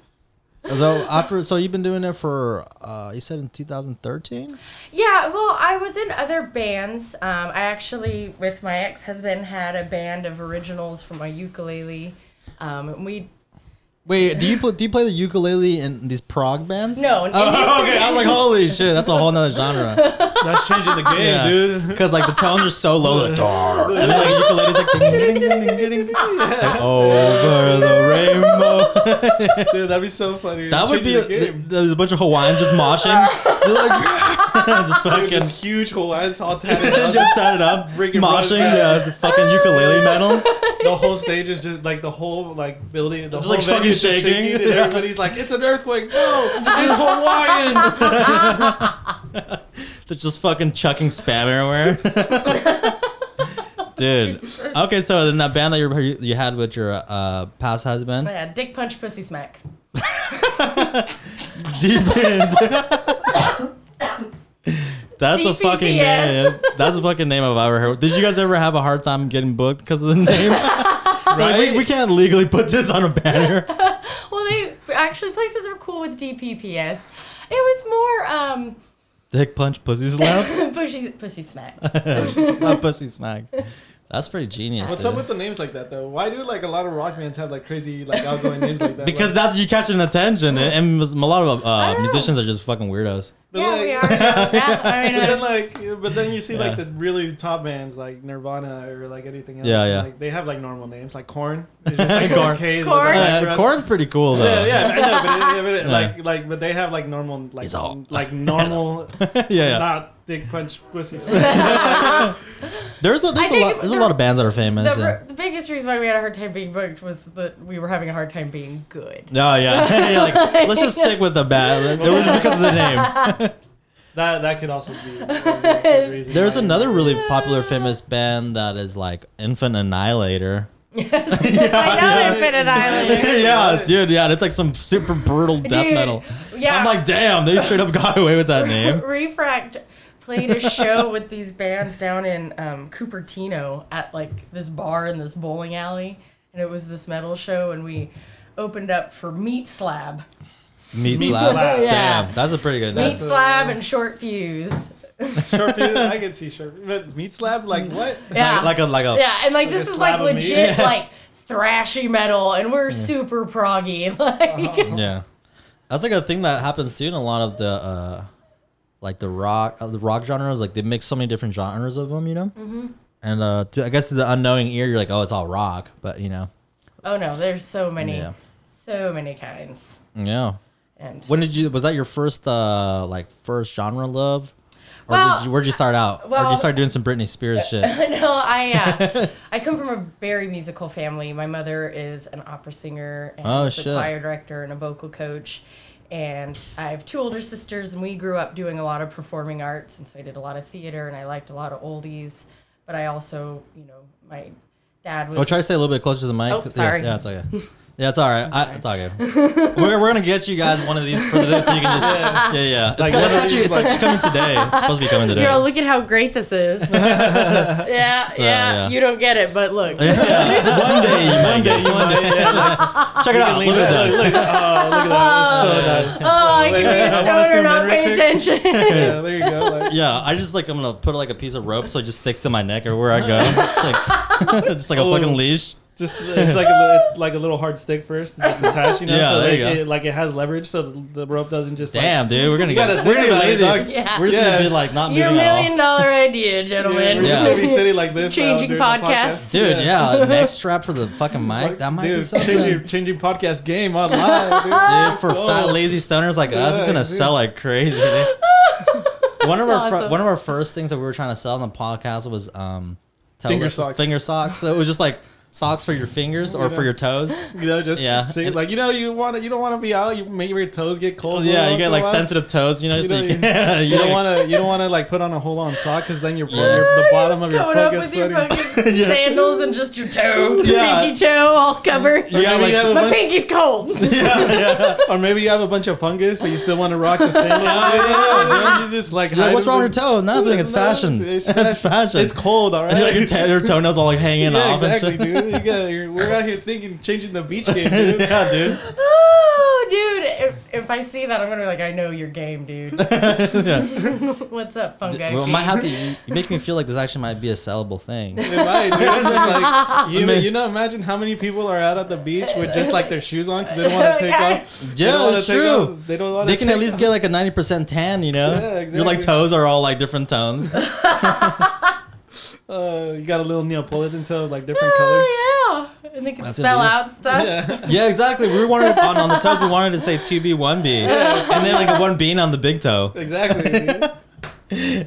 [SPEAKER 1] So after, so you've been doing it for, uh, you said in 2013.
[SPEAKER 3] Yeah, well, I was in other bands. Um, I actually, with my ex husband, had a band of originals from my ukulele. Um, and we
[SPEAKER 1] Wait, do you play? Do you play the ukulele in these prog bands?
[SPEAKER 3] no, in
[SPEAKER 1] Oh, okay. I was like, holy shit, that's a whole nother genre.
[SPEAKER 2] That's changing the game,
[SPEAKER 1] Yeah.
[SPEAKER 2] dude.
[SPEAKER 1] Because like the tones are so low, like, "Dar," and then like the ukulele's like, ding, ding, ding, ding, ding, ding. Like, over the rainbow.
[SPEAKER 2] Dude, that'd be so funny.
[SPEAKER 1] That would be
[SPEAKER 2] Changing the
[SPEAKER 1] th-
[SPEAKER 2] game.
[SPEAKER 1] there's a bunch of Hawaiians just moshing, They're like, just
[SPEAKER 2] Dude,
[SPEAKER 1] fucking
[SPEAKER 2] just huge Hawaiians all tatted up.
[SPEAKER 1] just tied it up,
[SPEAKER 2] Bring it
[SPEAKER 1] moshing.
[SPEAKER 2] right back.
[SPEAKER 1] Yeah, it's a fucking ukulele metal.
[SPEAKER 2] the whole stage is just like the whole like building, the
[SPEAKER 1] It's,
[SPEAKER 2] whole
[SPEAKER 1] like,
[SPEAKER 2] venue
[SPEAKER 1] fucking
[SPEAKER 2] is just
[SPEAKER 1] shaking.
[SPEAKER 2] and
[SPEAKER 1] Yeah.
[SPEAKER 2] everybody's like, "It's an earthquake!" No, it's Hawaiians.
[SPEAKER 1] They're just fucking chucking spam everywhere. Dude. Okay, so then that band that you you had with your uh, past husband,
[SPEAKER 3] Yeah, dick punch, pussy smack.
[SPEAKER 1] Deep End. That's a
[SPEAKER 3] DPPS.
[SPEAKER 1] fucking name. That's a fucking name I've ever heard. Did you guys ever have a hard time getting booked because of the name? Like, we, we can't legally put this on a banner.
[SPEAKER 3] Well, they actually places are cool with DPPS. It was more um,
[SPEAKER 1] Dick punch, pussy slap,
[SPEAKER 3] pushy pushy smack.
[SPEAKER 1] not pussy smack. That's pretty genius.
[SPEAKER 2] What's up
[SPEAKER 1] dude.
[SPEAKER 2] with the names like that though? Why do like a lot of rock bands have like crazy like outgoing names like that?
[SPEAKER 1] Because
[SPEAKER 2] like,
[SPEAKER 1] that's you catching attention, and, and a lot of
[SPEAKER 3] I
[SPEAKER 1] uh,
[SPEAKER 3] don't know.
[SPEAKER 1] musicians are just fucking weirdos.
[SPEAKER 2] but,
[SPEAKER 3] yeah,
[SPEAKER 2] like-
[SPEAKER 3] we are. Yeah, I mean,
[SPEAKER 2] But then,
[SPEAKER 3] it's-
[SPEAKER 2] like, but then you see like
[SPEAKER 1] Yeah.
[SPEAKER 2] the really top bands like Nirvana or like anything else.
[SPEAKER 1] Yeah,
[SPEAKER 2] and,
[SPEAKER 1] yeah.
[SPEAKER 2] Like, they have like normal names like Corn. It's just like
[SPEAKER 1] Korn.
[SPEAKER 2] Corn. K's
[SPEAKER 3] Korn.
[SPEAKER 2] with the
[SPEAKER 1] Uh,
[SPEAKER 2] background.
[SPEAKER 1] corn's pretty cool though.
[SPEAKER 2] Yeah, yeah, I know, but, it, yeah, but it,
[SPEAKER 1] Yeah.
[SPEAKER 2] like, like, but they have like normal, like,
[SPEAKER 1] It's all-
[SPEAKER 2] like normal,
[SPEAKER 1] yeah, yeah.
[SPEAKER 2] not dick punch pussy. smack.
[SPEAKER 1] There's a there's a
[SPEAKER 3] think
[SPEAKER 1] lot
[SPEAKER 3] it-
[SPEAKER 1] there's a lot of bands that are famous.
[SPEAKER 3] the,
[SPEAKER 1] yeah.
[SPEAKER 3] the biggest reason why we had a hard time being booked was that we were having a hard time being good.
[SPEAKER 1] No, yeah. Yeah, like, let's just stick with the bad. It was because of the name.
[SPEAKER 2] that that could also be. a good reason
[SPEAKER 1] There's
[SPEAKER 2] why.
[SPEAKER 1] another really popular famous band that is like Infant Annihilator.
[SPEAKER 3] yes, yes, I know
[SPEAKER 1] yeah.
[SPEAKER 3] Infinite Island.
[SPEAKER 1] yeah, dude. Yeah, it's like some super brutal death
[SPEAKER 3] Dude,
[SPEAKER 1] metal.
[SPEAKER 3] yeah.
[SPEAKER 1] I'm like, damn, they straight up got away with that name.
[SPEAKER 3] Refract played a show with these bands down in um, Cupertino at like this bar in this bowling alley, and it was this metal show, and we opened up for Meat Slab,
[SPEAKER 1] Meat,
[SPEAKER 2] Meat
[SPEAKER 1] slap.
[SPEAKER 2] Slap.
[SPEAKER 3] Yeah.
[SPEAKER 1] Damn, that's a pretty good
[SPEAKER 3] Meat
[SPEAKER 1] name.
[SPEAKER 2] That's a-
[SPEAKER 3] Slab, and Short Fuse.
[SPEAKER 2] Short Fuse, I can see short, Fuse. but meat slab like what?
[SPEAKER 3] Yeah,
[SPEAKER 1] Like, like a like a
[SPEAKER 3] yeah, and like,
[SPEAKER 2] Like a
[SPEAKER 3] this is like
[SPEAKER 2] slab of meat.
[SPEAKER 3] legit like thrashy metal, and we're super proggy.
[SPEAKER 2] Uh-huh.
[SPEAKER 3] Like,
[SPEAKER 1] Yeah, that's like a thing that happens too in a lot of the uh, like the rock uh, the rock genres. Like they mix so many different genres of them, you know. Mm-hmm. And uh, to, I guess to the unknowing ear, you're like, oh, it's all rock, but you know,
[SPEAKER 3] oh no, there's so many,
[SPEAKER 1] Yeah.
[SPEAKER 3] so many kinds.
[SPEAKER 1] yeah.
[SPEAKER 3] And
[SPEAKER 1] When did you? Was that your first uh like first genre love? Or
[SPEAKER 3] Well,
[SPEAKER 1] did you, where'd you start out? or did you
[SPEAKER 3] well-
[SPEAKER 1] start doing some Britney Spears shit?
[SPEAKER 3] no, I uh, I come from a very musical family. My mother is an opera singer and
[SPEAKER 1] Oh,
[SPEAKER 3] is a
[SPEAKER 1] shit.
[SPEAKER 3] choir director and a vocal coach. And I have two older sisters, and we grew up doing a lot of performing arts. And so I did a lot of theater, and I liked a lot of oldies. But I also, you know, my dad was
[SPEAKER 1] Oh, try to stay a little bit closer to the mic.
[SPEAKER 3] Oh,
[SPEAKER 1] Yes,
[SPEAKER 3] sorry.
[SPEAKER 1] yeah, it's okay. Yeah, it's all right. I, it's okay. we're, we're gonna get you guys one of these presents. So you can just yeah, yeah. It's,
[SPEAKER 4] Like,
[SPEAKER 1] got-
[SPEAKER 4] literally,
[SPEAKER 1] it's actually, it's
[SPEAKER 4] like-
[SPEAKER 1] actually coming today. It's supposed to be coming today.
[SPEAKER 3] Yo, look at how great this is. yeah, yeah,
[SPEAKER 1] yeah.
[SPEAKER 3] You don't get it, but look.
[SPEAKER 1] Yeah. One day you might get it. One day. Check it out. Look at this.
[SPEAKER 2] Look, look, oh, look at that. It's so nice.
[SPEAKER 3] Oh, I can be
[SPEAKER 2] I
[SPEAKER 3] a
[SPEAKER 2] wanna
[SPEAKER 3] stoner
[SPEAKER 2] zoom
[SPEAKER 3] and not
[SPEAKER 2] in
[SPEAKER 3] pay
[SPEAKER 2] real
[SPEAKER 3] attention.
[SPEAKER 2] Yeah, there you go. Like,
[SPEAKER 1] Yeah, I just like I'm gonna put like a piece of rope so it just sticks to my neck everywhere I go. just like, just like a
[SPEAKER 2] Oh.
[SPEAKER 1] fucking leash.
[SPEAKER 2] just it's like a, li- it's like a little hard stick first, just attached. You know,
[SPEAKER 1] Yeah,
[SPEAKER 2] so
[SPEAKER 1] there
[SPEAKER 2] like,
[SPEAKER 1] you go.
[SPEAKER 2] It, like it has leverage, so the, the rope doesn't just like,
[SPEAKER 1] Damn, dude, we're gonna get
[SPEAKER 2] gotta
[SPEAKER 1] we're
[SPEAKER 2] think
[SPEAKER 1] gonna get
[SPEAKER 2] about it,
[SPEAKER 1] lazy.
[SPEAKER 2] dog.
[SPEAKER 3] Yeah.
[SPEAKER 1] We're just
[SPEAKER 2] Yeah.
[SPEAKER 1] gonna be like not
[SPEAKER 3] Your
[SPEAKER 1] moving at all.
[SPEAKER 3] million dollar idea,
[SPEAKER 2] Yeah,
[SPEAKER 3] gentlemen.
[SPEAKER 2] we're just
[SPEAKER 1] Yeah.
[SPEAKER 2] gonna be sitting like this. now
[SPEAKER 3] Changing
[SPEAKER 2] during the
[SPEAKER 3] podcasts.
[SPEAKER 1] Dude, yeah, a neck strap for the fucking mic. That might
[SPEAKER 2] Dude,
[SPEAKER 1] be something.
[SPEAKER 2] Changing, changing podcast game online. Dude.
[SPEAKER 1] Dude, for
[SPEAKER 2] Oh.
[SPEAKER 1] fat lazy stoners like us, it's
[SPEAKER 2] Yeah,
[SPEAKER 1] gonna
[SPEAKER 2] dude.
[SPEAKER 1] sell like crazy. dude. one of our
[SPEAKER 3] That's
[SPEAKER 1] fir-
[SPEAKER 3] awesome.
[SPEAKER 1] one of our first things that we were trying to sell on the podcast was um tell-
[SPEAKER 2] Finger socks.
[SPEAKER 1] Finger socks. So it was just like socks for your fingers or for your toes.
[SPEAKER 2] You know, just
[SPEAKER 1] Yeah.
[SPEAKER 2] sing, like you know, you want to, you don't want to be out. You make your toes get cold.
[SPEAKER 1] yeah, you
[SPEAKER 2] get
[SPEAKER 1] get like sensitive toes, you know,
[SPEAKER 2] You
[SPEAKER 1] so
[SPEAKER 2] know,
[SPEAKER 1] you, can,
[SPEAKER 2] You don't want to. You don't want to like put on a whole on sock because then your, your the bottom of your
[SPEAKER 3] Going
[SPEAKER 2] foot
[SPEAKER 3] up
[SPEAKER 2] gets
[SPEAKER 3] with your
[SPEAKER 2] sweaty.
[SPEAKER 3] fucking sandals and just your toe, your
[SPEAKER 1] Yeah.
[SPEAKER 3] pinky toe, all covered.
[SPEAKER 2] Or
[SPEAKER 1] Yeah,
[SPEAKER 2] maybe
[SPEAKER 1] like-
[SPEAKER 2] you have a
[SPEAKER 3] My
[SPEAKER 2] bunch-
[SPEAKER 3] pinky's cold.
[SPEAKER 1] yeah, yeah.
[SPEAKER 2] or maybe you have a bunch of fungus, but you still want to rock the sandal. yeah, you just like,
[SPEAKER 1] Like,
[SPEAKER 2] hide
[SPEAKER 1] what's
[SPEAKER 2] them
[SPEAKER 1] wrong
[SPEAKER 2] in-
[SPEAKER 1] with your toe? Nothing. It's fashion. It's,
[SPEAKER 2] It's fashion.
[SPEAKER 1] fashion.
[SPEAKER 2] It's cold, all right.
[SPEAKER 1] And you're like, your, ta- your toenails all like hanging
[SPEAKER 2] yeah,
[SPEAKER 1] off
[SPEAKER 2] exactly,
[SPEAKER 1] and shit.
[SPEAKER 2] dude. You got, you're, we're out here thinking, changing the beach game, dude.
[SPEAKER 1] yeah, dude.
[SPEAKER 3] Oh, dude. If, if I see that, I'm going to be like, I know your game, dude. What's up, fungi?
[SPEAKER 1] Well, might have to. You you make me feel like this actually might be a sellable thing.
[SPEAKER 2] It might, dude. It's just like, you,
[SPEAKER 1] mean-
[SPEAKER 2] you know, imagine how many people are out at the beach with just like their shoes on because they don't want to take off. They don't
[SPEAKER 1] Yeah,
[SPEAKER 2] wanna
[SPEAKER 1] it's
[SPEAKER 2] take
[SPEAKER 1] true.
[SPEAKER 2] off- They don't want
[SPEAKER 1] They can at least get like a ninety percent tan, you know.
[SPEAKER 2] Yeah,
[SPEAKER 1] Your like
[SPEAKER 2] exactly.
[SPEAKER 1] toes are all like different tones.
[SPEAKER 2] Uh, you got a little Neapolitan toe, like different colors.
[SPEAKER 3] Oh, yeah. And they can
[SPEAKER 1] That's a
[SPEAKER 3] spell
[SPEAKER 1] deal.
[SPEAKER 3] out stuff.
[SPEAKER 1] yeah, exactly. We wanted on, on the toes. We wanted to say two B, one B, and then like a one bean on the big toe.
[SPEAKER 2] Exactly. Dude,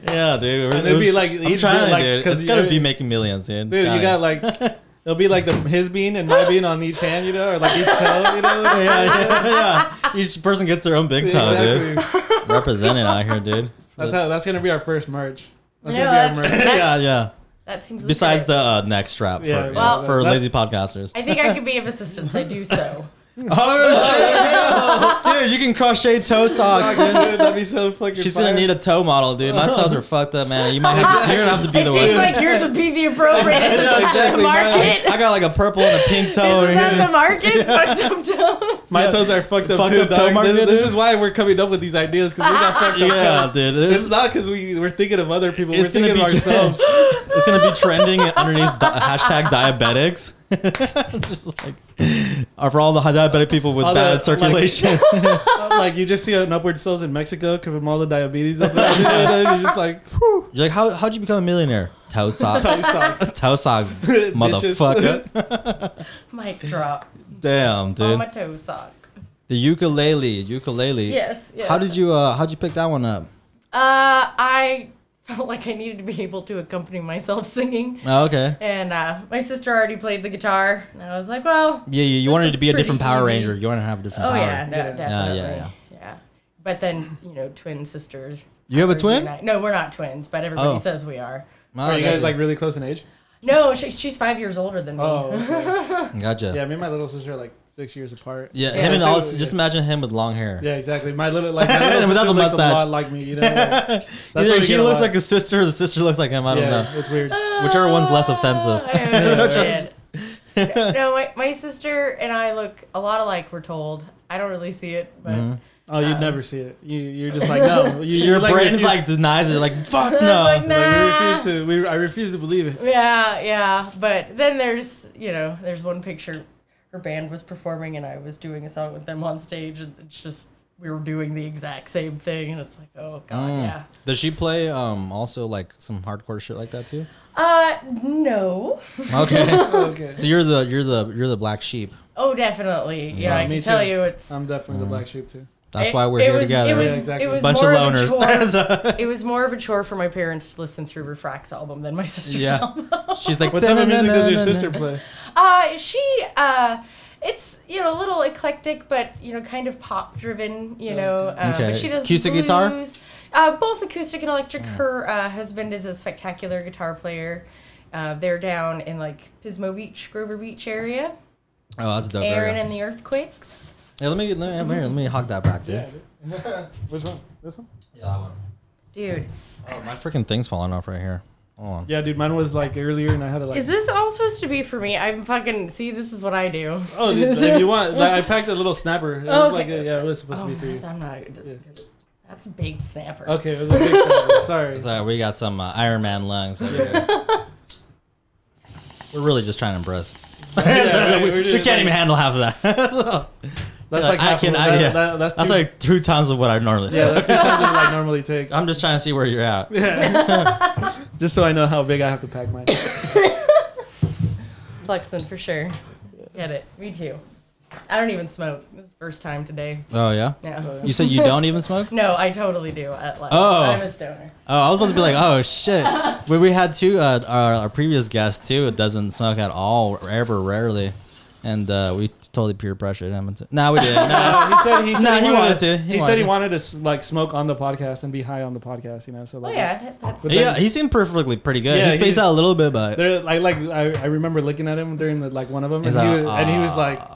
[SPEAKER 1] Yeah, dude.
[SPEAKER 2] Mm-hmm. And it'd be like-
[SPEAKER 1] I'm
[SPEAKER 2] it'd
[SPEAKER 1] trying,
[SPEAKER 2] be like-
[SPEAKER 1] dude.
[SPEAKER 2] 'cause
[SPEAKER 1] It's gotta
[SPEAKER 2] you're-
[SPEAKER 1] be making millions, dude. It's
[SPEAKER 2] dude you
[SPEAKER 1] gotta-
[SPEAKER 2] got like. It'll be like the his bean and my bean on each hand, you know, or like each toe, you know.
[SPEAKER 1] yeah, yeah, yeah. Each person gets their own big toe,
[SPEAKER 2] Exactly.
[SPEAKER 1] dude. Represented out here, dude.
[SPEAKER 2] That's how. That's gonna be our first merch. That's
[SPEAKER 3] Yeah,
[SPEAKER 2] gonna be our
[SPEAKER 3] that's-
[SPEAKER 2] merch.
[SPEAKER 1] yeah, yeah.
[SPEAKER 3] That seems
[SPEAKER 1] Besides
[SPEAKER 3] legit.
[SPEAKER 1] the uh, neck strap for,
[SPEAKER 2] Yeah,
[SPEAKER 1] yeah,
[SPEAKER 3] well,
[SPEAKER 1] for
[SPEAKER 2] that's-
[SPEAKER 1] lazy podcasters.
[SPEAKER 3] I think I could be of assistance. I do so.
[SPEAKER 1] Oh, shit, yeah. dude, you can crochet toe socks. dude.
[SPEAKER 2] Dude, That'd be so fucking.
[SPEAKER 1] She's gonna
[SPEAKER 2] fire.
[SPEAKER 1] need a toe model, dude. My toes are fucked up, man. You might have to, you're gonna have to be
[SPEAKER 3] It
[SPEAKER 1] the
[SPEAKER 3] seems
[SPEAKER 1] one.
[SPEAKER 3] like yours would be the appropriate. Is
[SPEAKER 1] Yeah, exactly.
[SPEAKER 3] market.
[SPEAKER 1] I got like a purple and a pink toe over
[SPEAKER 3] that the
[SPEAKER 1] here.
[SPEAKER 3] market? Fucked up toes.
[SPEAKER 2] My toes are fucked up
[SPEAKER 1] Fucked
[SPEAKER 2] too.
[SPEAKER 1] up toe
[SPEAKER 2] dog.
[SPEAKER 1] mark,
[SPEAKER 2] this,
[SPEAKER 1] dude.
[SPEAKER 2] this is why we're coming up with these ideas because we got fucked up
[SPEAKER 1] Yeah,
[SPEAKER 2] toes.
[SPEAKER 1] dude.
[SPEAKER 2] It's
[SPEAKER 1] It's,
[SPEAKER 2] not because we we're thinking of other people.
[SPEAKER 1] It's
[SPEAKER 2] we're
[SPEAKER 1] gonna
[SPEAKER 2] thinking of
[SPEAKER 1] be just-
[SPEAKER 2] ourselves.
[SPEAKER 1] it's gonna be trending underneath di- hashtag diabetics. Just like, or for all the diabetic people with
[SPEAKER 2] All the,
[SPEAKER 1] bad
[SPEAKER 2] like-
[SPEAKER 1] circulation.
[SPEAKER 2] like you just see an upward sales in Mexico because of all the diabetes up there. You know, You're just like whew,
[SPEAKER 1] You're like, how how'd you become a millionaire? Toe socks.
[SPEAKER 2] toe socks.
[SPEAKER 1] toe socks, motherfucker.
[SPEAKER 3] Mic drop.
[SPEAKER 1] Damn,
[SPEAKER 3] On
[SPEAKER 1] dude.
[SPEAKER 3] Oh my toe sock.
[SPEAKER 1] The ukulele, ukulele.
[SPEAKER 3] Yes, yes.
[SPEAKER 1] How did you uh how'd you pick that one up?
[SPEAKER 3] Uh, I felt like I needed to be able to accompany myself singing.
[SPEAKER 1] Oh, okay.
[SPEAKER 3] And uh, my sister already played the guitar. And I was like, well,
[SPEAKER 1] Yeah, yeah you
[SPEAKER 3] This
[SPEAKER 1] wanted to
[SPEAKER 3] looks
[SPEAKER 1] be a
[SPEAKER 3] pretty
[SPEAKER 1] different Power
[SPEAKER 3] easy.
[SPEAKER 1] Ranger. You wanted to have a different
[SPEAKER 3] oh,
[SPEAKER 1] power.
[SPEAKER 3] yeah, no,
[SPEAKER 2] Yeah.
[SPEAKER 3] definitely.
[SPEAKER 1] Yeah, yeah,
[SPEAKER 3] yeah, But then, you know, twin sisters.
[SPEAKER 1] You have a
[SPEAKER 3] Rosie
[SPEAKER 1] twin?
[SPEAKER 3] and I- No, we're not twins, but everybody
[SPEAKER 1] Oh.
[SPEAKER 3] says we are.
[SPEAKER 1] Oh,
[SPEAKER 2] Are you
[SPEAKER 1] gotcha.
[SPEAKER 2] guys like really close in age?
[SPEAKER 3] No, she, she's five years older than me.
[SPEAKER 2] Oh, okay.
[SPEAKER 1] gotcha.
[SPEAKER 2] yeah. Me and my little sister are like six years apart.
[SPEAKER 1] Yeah,
[SPEAKER 3] Yeah,
[SPEAKER 1] him and
[SPEAKER 2] so-
[SPEAKER 1] all. Just imagine him with long hair.
[SPEAKER 2] Yeah, exactly. My little like my little
[SPEAKER 1] Without
[SPEAKER 2] sister
[SPEAKER 1] the
[SPEAKER 2] looks a
[SPEAKER 1] mustache.
[SPEAKER 2] lot like me. You know, like, that's
[SPEAKER 1] Either
[SPEAKER 2] where we
[SPEAKER 1] he
[SPEAKER 2] get a
[SPEAKER 1] looks
[SPEAKER 2] lot.
[SPEAKER 1] like his sister, or the sister looks like him. I don't
[SPEAKER 2] yeah,
[SPEAKER 1] know.
[SPEAKER 2] It's weird.
[SPEAKER 1] Whichever one's less offensive.
[SPEAKER 3] Ah, I understand. no, my, my sister and I look a lot alike, we're told. I don't really see it, but
[SPEAKER 1] Mm-hmm.
[SPEAKER 2] Oh, you'd never see it. You, you're just like no. You,
[SPEAKER 1] Your
[SPEAKER 2] you, like,
[SPEAKER 1] brain
[SPEAKER 2] refuse-
[SPEAKER 1] like denies it. Like fuck
[SPEAKER 3] I'm like,
[SPEAKER 1] no.
[SPEAKER 3] nah.
[SPEAKER 2] Like, we refuse to. We, I refuse to believe it.
[SPEAKER 3] Yeah, yeah. But then there's, you know, there's one picture her band was performing and I was doing a song with them on stage and it's just we were doing the exact same thing and it's like, oh god,
[SPEAKER 1] Mm.
[SPEAKER 3] yeah.
[SPEAKER 1] Does she play um also like some hardcore shit like that too?
[SPEAKER 3] Uh no.
[SPEAKER 1] Okay.
[SPEAKER 2] Okay.
[SPEAKER 1] so you're the you're the you're the black sheep.
[SPEAKER 3] Oh definitely. You know,
[SPEAKER 2] Yeah,
[SPEAKER 3] I
[SPEAKER 2] me
[SPEAKER 3] can tell
[SPEAKER 2] too.
[SPEAKER 3] you it's
[SPEAKER 2] I'm definitely the black sheep too.
[SPEAKER 1] Um, That's
[SPEAKER 3] it-
[SPEAKER 1] why we're
[SPEAKER 3] it
[SPEAKER 1] here
[SPEAKER 3] was,
[SPEAKER 1] together.
[SPEAKER 3] It was,
[SPEAKER 2] Yeah, exactly.
[SPEAKER 3] it was
[SPEAKER 1] Bunch of
[SPEAKER 3] more
[SPEAKER 1] loners.
[SPEAKER 3] a chore.
[SPEAKER 1] So-
[SPEAKER 3] it was more of a chore for my parents to listen through Refract's album than my sister's
[SPEAKER 1] Yeah.
[SPEAKER 3] album.
[SPEAKER 1] She's like,
[SPEAKER 2] What type of music does your
[SPEAKER 1] "Da-na-na-na-na-na."
[SPEAKER 2] sister play?
[SPEAKER 3] Uh, she, uh, it's, you know, a little eclectic, but, you know, kind of pop driven, you know. Uh,
[SPEAKER 1] Okay.
[SPEAKER 3] But she does
[SPEAKER 1] Acoustic
[SPEAKER 3] blues.
[SPEAKER 1] guitar?
[SPEAKER 3] Uh, both acoustic and electric. Her uh, husband is a spectacular guitar player. Uh, they're down in like Pismo Beach, Grover Beach area.
[SPEAKER 1] Oh, that's dope.
[SPEAKER 3] Aaron
[SPEAKER 1] yeah.
[SPEAKER 3] and the Earthquakes.
[SPEAKER 1] Yeah, let me let me here, let me hawk that back, dude.
[SPEAKER 2] Yeah. dude. Which one? This one?
[SPEAKER 1] Yeah, that one.
[SPEAKER 3] Dude,
[SPEAKER 1] Oh, my freaking thing's falling off right here. Hold on.
[SPEAKER 2] Yeah, dude. Mine was like earlier, and I had to like.
[SPEAKER 3] is this all supposed to be for me? I'm fucking see. This is what I do.
[SPEAKER 2] Oh, dude, if you want, like, I packed a little snapper. It was like,
[SPEAKER 3] Okay.
[SPEAKER 2] yeah, it was supposed
[SPEAKER 3] Oh,
[SPEAKER 2] to be for you.
[SPEAKER 3] that's, I'm not. That's a big snapper.
[SPEAKER 2] Okay, it was a big snapper. Sorry.
[SPEAKER 1] So we got some uh, Iron Man lungs.
[SPEAKER 2] Yeah.
[SPEAKER 1] We're really just trying to impress.
[SPEAKER 2] Yeah,
[SPEAKER 1] we
[SPEAKER 2] we're
[SPEAKER 1] we
[SPEAKER 2] just
[SPEAKER 1] can't
[SPEAKER 2] like-
[SPEAKER 1] even handle half of that. So,
[SPEAKER 2] That's
[SPEAKER 1] yeah,
[SPEAKER 2] like half
[SPEAKER 1] I can.
[SPEAKER 2] of-
[SPEAKER 1] I,
[SPEAKER 2] that-
[SPEAKER 1] yeah.
[SPEAKER 2] that- that's
[SPEAKER 1] that's,
[SPEAKER 2] two-
[SPEAKER 1] like two tons of what I normally
[SPEAKER 2] Yeah, that's
[SPEAKER 1] say.
[SPEAKER 2] the time that I normally take.
[SPEAKER 1] I'm just trying to see where you're at.
[SPEAKER 2] Yeah. Just so I know how big I have to pack mine.
[SPEAKER 3] Flexing for sure. Get it. Me too. I don't even smoke. This is the first time today.
[SPEAKER 1] Oh yeah.
[SPEAKER 3] No.
[SPEAKER 1] You said you don't even smoke.
[SPEAKER 3] No, I totally do. I, like,
[SPEAKER 1] Oh.
[SPEAKER 3] I'm a stoner.
[SPEAKER 1] Oh, I was about to be like, oh shit. But we had two uh, our, our previous guest too. It doesn't smoke at all, ever, rarely, and uh, we totally peer pressured him. into- No, we didn't. No.
[SPEAKER 2] No, Uh, he said he said
[SPEAKER 1] No,
[SPEAKER 2] he,
[SPEAKER 1] he
[SPEAKER 2] wanted,
[SPEAKER 1] wanted
[SPEAKER 2] to.
[SPEAKER 1] to.
[SPEAKER 2] He, said
[SPEAKER 1] He wanted
[SPEAKER 2] he
[SPEAKER 1] to.
[SPEAKER 2] wanted to s- like smoke on the podcast and be high on the podcast. You know, so
[SPEAKER 3] Oh
[SPEAKER 2] like,
[SPEAKER 3] yeah, that's
[SPEAKER 2] But
[SPEAKER 1] yeah,
[SPEAKER 2] then-
[SPEAKER 1] he seemed perfectly pretty good.
[SPEAKER 2] Yeah,
[SPEAKER 1] he
[SPEAKER 2] he
[SPEAKER 1] spaced
[SPEAKER 2] did.
[SPEAKER 1] out a little bit, but
[SPEAKER 2] There, like, like I, I remember looking at him during the like one of them, and,
[SPEAKER 1] He's
[SPEAKER 2] he
[SPEAKER 1] like, "Ah."
[SPEAKER 2] was, and he was like,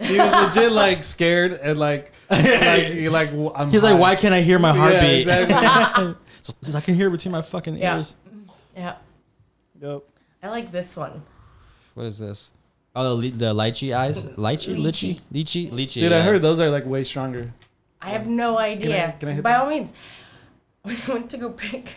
[SPEAKER 2] he was legit like scared and like, like, he, like w- I'm
[SPEAKER 1] he's like,
[SPEAKER 2] high.
[SPEAKER 1] why can't I hear my
[SPEAKER 2] Yeah,
[SPEAKER 1] heartbeat?
[SPEAKER 2] exactly.
[SPEAKER 1] So he's like, I can hear between my fucking
[SPEAKER 3] Yeah.
[SPEAKER 1] ears.
[SPEAKER 3] yeah.
[SPEAKER 2] Yep.
[SPEAKER 3] I like this one.
[SPEAKER 1] What is this? Oh, the, li- the lychee eyes, lychee, lychee, lychee, lychee.
[SPEAKER 2] Dude, I
[SPEAKER 1] yeah.
[SPEAKER 2] heard those are like way stronger.
[SPEAKER 3] I have no idea.
[SPEAKER 2] can I hit
[SPEAKER 3] By
[SPEAKER 2] that?
[SPEAKER 3] all means, we went to go pick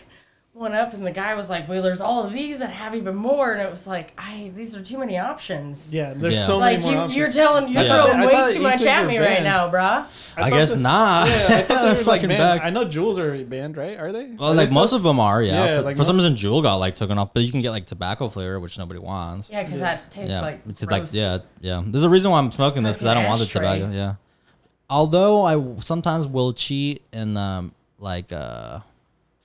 [SPEAKER 3] one up, and the guy was like, "Well, there's all of these that have even more," and it was like, "I these are too many options."
[SPEAKER 2] Yeah, there's
[SPEAKER 1] Yeah.
[SPEAKER 2] so
[SPEAKER 3] Like
[SPEAKER 2] many more
[SPEAKER 3] you,
[SPEAKER 2] options.
[SPEAKER 3] you're telling you're
[SPEAKER 1] I thought
[SPEAKER 3] throwing
[SPEAKER 2] that- I thought
[SPEAKER 3] way
[SPEAKER 2] that
[SPEAKER 3] too
[SPEAKER 2] e
[SPEAKER 3] much
[SPEAKER 2] cigs
[SPEAKER 3] at
[SPEAKER 2] were
[SPEAKER 3] me right
[SPEAKER 2] banned.
[SPEAKER 3] now, bruh.
[SPEAKER 1] I,
[SPEAKER 2] I thought
[SPEAKER 1] guess
[SPEAKER 2] that-
[SPEAKER 1] not.
[SPEAKER 2] Yeah, I thought they were, like,
[SPEAKER 1] fucking
[SPEAKER 2] banned.
[SPEAKER 1] back.
[SPEAKER 2] I know jewels are banned, right? Are they?
[SPEAKER 1] Well, like most of them are, yeah.
[SPEAKER 2] Yeah,
[SPEAKER 1] for,
[SPEAKER 2] like
[SPEAKER 1] for some
[SPEAKER 2] most-
[SPEAKER 1] reason, Jewel got like taken off, but you can get like tobacco flavor, which nobody wants.
[SPEAKER 3] Yeah, because that tastes
[SPEAKER 1] yeah,
[SPEAKER 3] like
[SPEAKER 1] it's like
[SPEAKER 3] gross.
[SPEAKER 1] yeah, yeah. There's a reason why I'm smoking this because I
[SPEAKER 3] Like an
[SPEAKER 1] don't want the
[SPEAKER 3] ashtray.
[SPEAKER 1] tobacco. Yeah. Although I w- sometimes will cheat and um like uh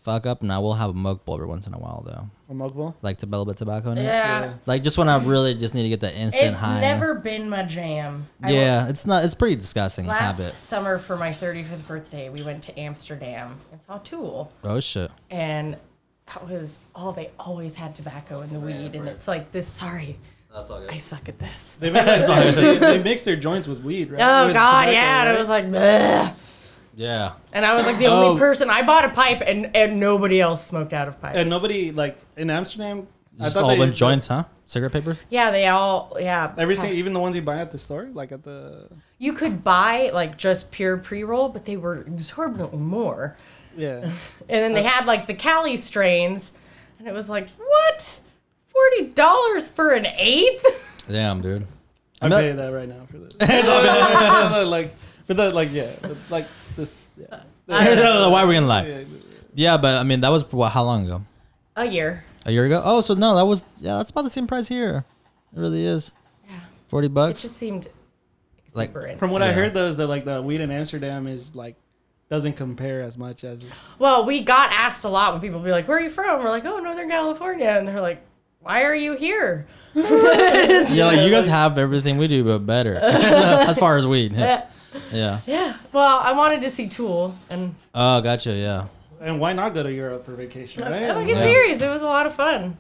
[SPEAKER 1] fuck up, and I will have a mug bowl every once in a while though,
[SPEAKER 2] a mugwell.
[SPEAKER 1] like to a little bit of tobacco in it.
[SPEAKER 3] Yeah.
[SPEAKER 2] Yeah.
[SPEAKER 1] Like just when I really just need to get that instant
[SPEAKER 3] It's
[SPEAKER 1] high.
[SPEAKER 3] never been my jam. I will-
[SPEAKER 1] yeah, it's not. It's pretty disgusting
[SPEAKER 3] Last
[SPEAKER 1] habit.
[SPEAKER 3] summer for my 35th birthday, we went to Amsterdam and saw Tool,
[SPEAKER 1] Oh shit.
[SPEAKER 3] and that was all they always had tobacco and the weed, and it's like this. Sorry,
[SPEAKER 1] That's all
[SPEAKER 3] I suck at this.
[SPEAKER 2] They, they, they mix their joints with weed, right?
[SPEAKER 3] Oh
[SPEAKER 2] With
[SPEAKER 3] God,
[SPEAKER 2] tobacco,
[SPEAKER 3] yeah, and
[SPEAKER 2] right?
[SPEAKER 3] it was like, bleh.
[SPEAKER 1] Yeah.
[SPEAKER 3] and I was like the
[SPEAKER 1] Oh.
[SPEAKER 3] only person. I bought a pipe, and and nobody else smoked out of pipes.
[SPEAKER 2] and nobody like in Amsterdam.
[SPEAKER 1] Just all them joints, huh? Cigarette paper.
[SPEAKER 3] Yeah, they all. Yeah.
[SPEAKER 2] Everything, even the ones you buy at the store, like at the
[SPEAKER 3] You could buy like just pure pre roll, but they were absorbent more.
[SPEAKER 2] yeah.
[SPEAKER 3] And then they had like the Cali strains, and it was like, what? Forty dollars for an eighth?
[SPEAKER 1] Damn, dude.
[SPEAKER 2] I'm
[SPEAKER 1] not-
[SPEAKER 2] paying that right now for this. like, but that, like, yeah, but, like this.
[SPEAKER 3] Uh,
[SPEAKER 2] Yeah.
[SPEAKER 1] Why are we gonna lie?
[SPEAKER 2] Yeah.
[SPEAKER 1] Yeah, but I mean that was what, how long ago?
[SPEAKER 3] A year.
[SPEAKER 1] A year ago? Oh, so no, that was yeah, that's about the same price here. It really is.
[SPEAKER 3] Yeah.
[SPEAKER 1] Forty
[SPEAKER 3] It
[SPEAKER 1] bucks.
[SPEAKER 3] just seemed
[SPEAKER 1] Like,
[SPEAKER 3] exuberant.
[SPEAKER 2] From what I
[SPEAKER 1] Yeah.
[SPEAKER 2] heard, though, is that like the weed in Amsterdam is like doesn't compare as much as
[SPEAKER 3] well, we got asked a lot when people be like, "Where are you from?" We're like, "Oh, Northern California," and they're like, "Why are you here?"
[SPEAKER 1] yeah, like you guys have everything we do, but better as far as weed. Yeah.
[SPEAKER 3] Yeah. Well, I wanted to see Tool, and
[SPEAKER 1] Oh, gotcha. Yeah.
[SPEAKER 2] and why not go to Europe for vacation, right?
[SPEAKER 3] I'm like,
[SPEAKER 2] Yeah.
[SPEAKER 3] it's serious. It was a lot of fun.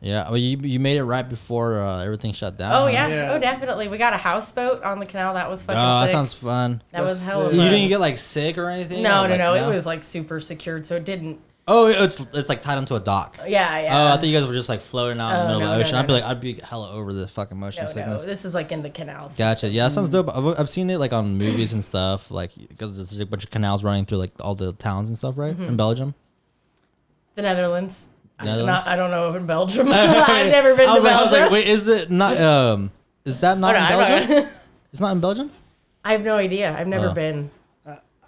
[SPEAKER 1] Yeah. Well, you you made it right before uh, everything shut down.
[SPEAKER 3] Oh
[SPEAKER 1] huh?
[SPEAKER 3] yeah.
[SPEAKER 2] yeah.
[SPEAKER 3] Oh definitely. We got a houseboat on the canal. That was
[SPEAKER 1] Oh,
[SPEAKER 3] fucking
[SPEAKER 1] that
[SPEAKER 3] sick.
[SPEAKER 1] sounds fun.
[SPEAKER 3] that was
[SPEAKER 2] That's
[SPEAKER 3] hella
[SPEAKER 2] sick.
[SPEAKER 1] You
[SPEAKER 3] fun.
[SPEAKER 1] didn't get like sick or anything?
[SPEAKER 3] no,
[SPEAKER 1] Or,
[SPEAKER 3] no,
[SPEAKER 1] like,
[SPEAKER 3] no. It was like super secured, so it didn't.
[SPEAKER 1] Oh, it's it's like tied onto a dock.
[SPEAKER 3] Yeah, yeah.
[SPEAKER 1] Oh, I thought you guys were just like floating out in
[SPEAKER 3] Oh,
[SPEAKER 1] the middle
[SPEAKER 3] no,
[SPEAKER 1] of
[SPEAKER 3] no,
[SPEAKER 1] the ocean.
[SPEAKER 3] no,
[SPEAKER 1] I'd be
[SPEAKER 3] no.
[SPEAKER 1] like, I'd be hella over the fucking motion
[SPEAKER 3] no,
[SPEAKER 1] sickness.
[SPEAKER 3] no. This is like in the canals.
[SPEAKER 1] Gotcha. Yeah, that sounds dope. I've, I've seen it like on movies and stuff, like because there's a bunch of canals running through like all the towns and stuff, right?
[SPEAKER 3] Mm-hmm.
[SPEAKER 1] In Belgium.
[SPEAKER 3] The Netherlands. I'm
[SPEAKER 1] Netherlands?
[SPEAKER 3] Not, I don't know in Belgium. I've never been
[SPEAKER 1] I
[SPEAKER 3] to
[SPEAKER 1] was like, I was
[SPEAKER 3] Belgium.
[SPEAKER 1] like, wait, is it not? Um, is that
[SPEAKER 3] Oh,
[SPEAKER 1] not
[SPEAKER 3] no,
[SPEAKER 1] in
[SPEAKER 3] I don't
[SPEAKER 1] Belgium?
[SPEAKER 3] know.
[SPEAKER 1] It's not in Belgium.
[SPEAKER 3] I have no idea. I've never
[SPEAKER 1] Oh.
[SPEAKER 3] been.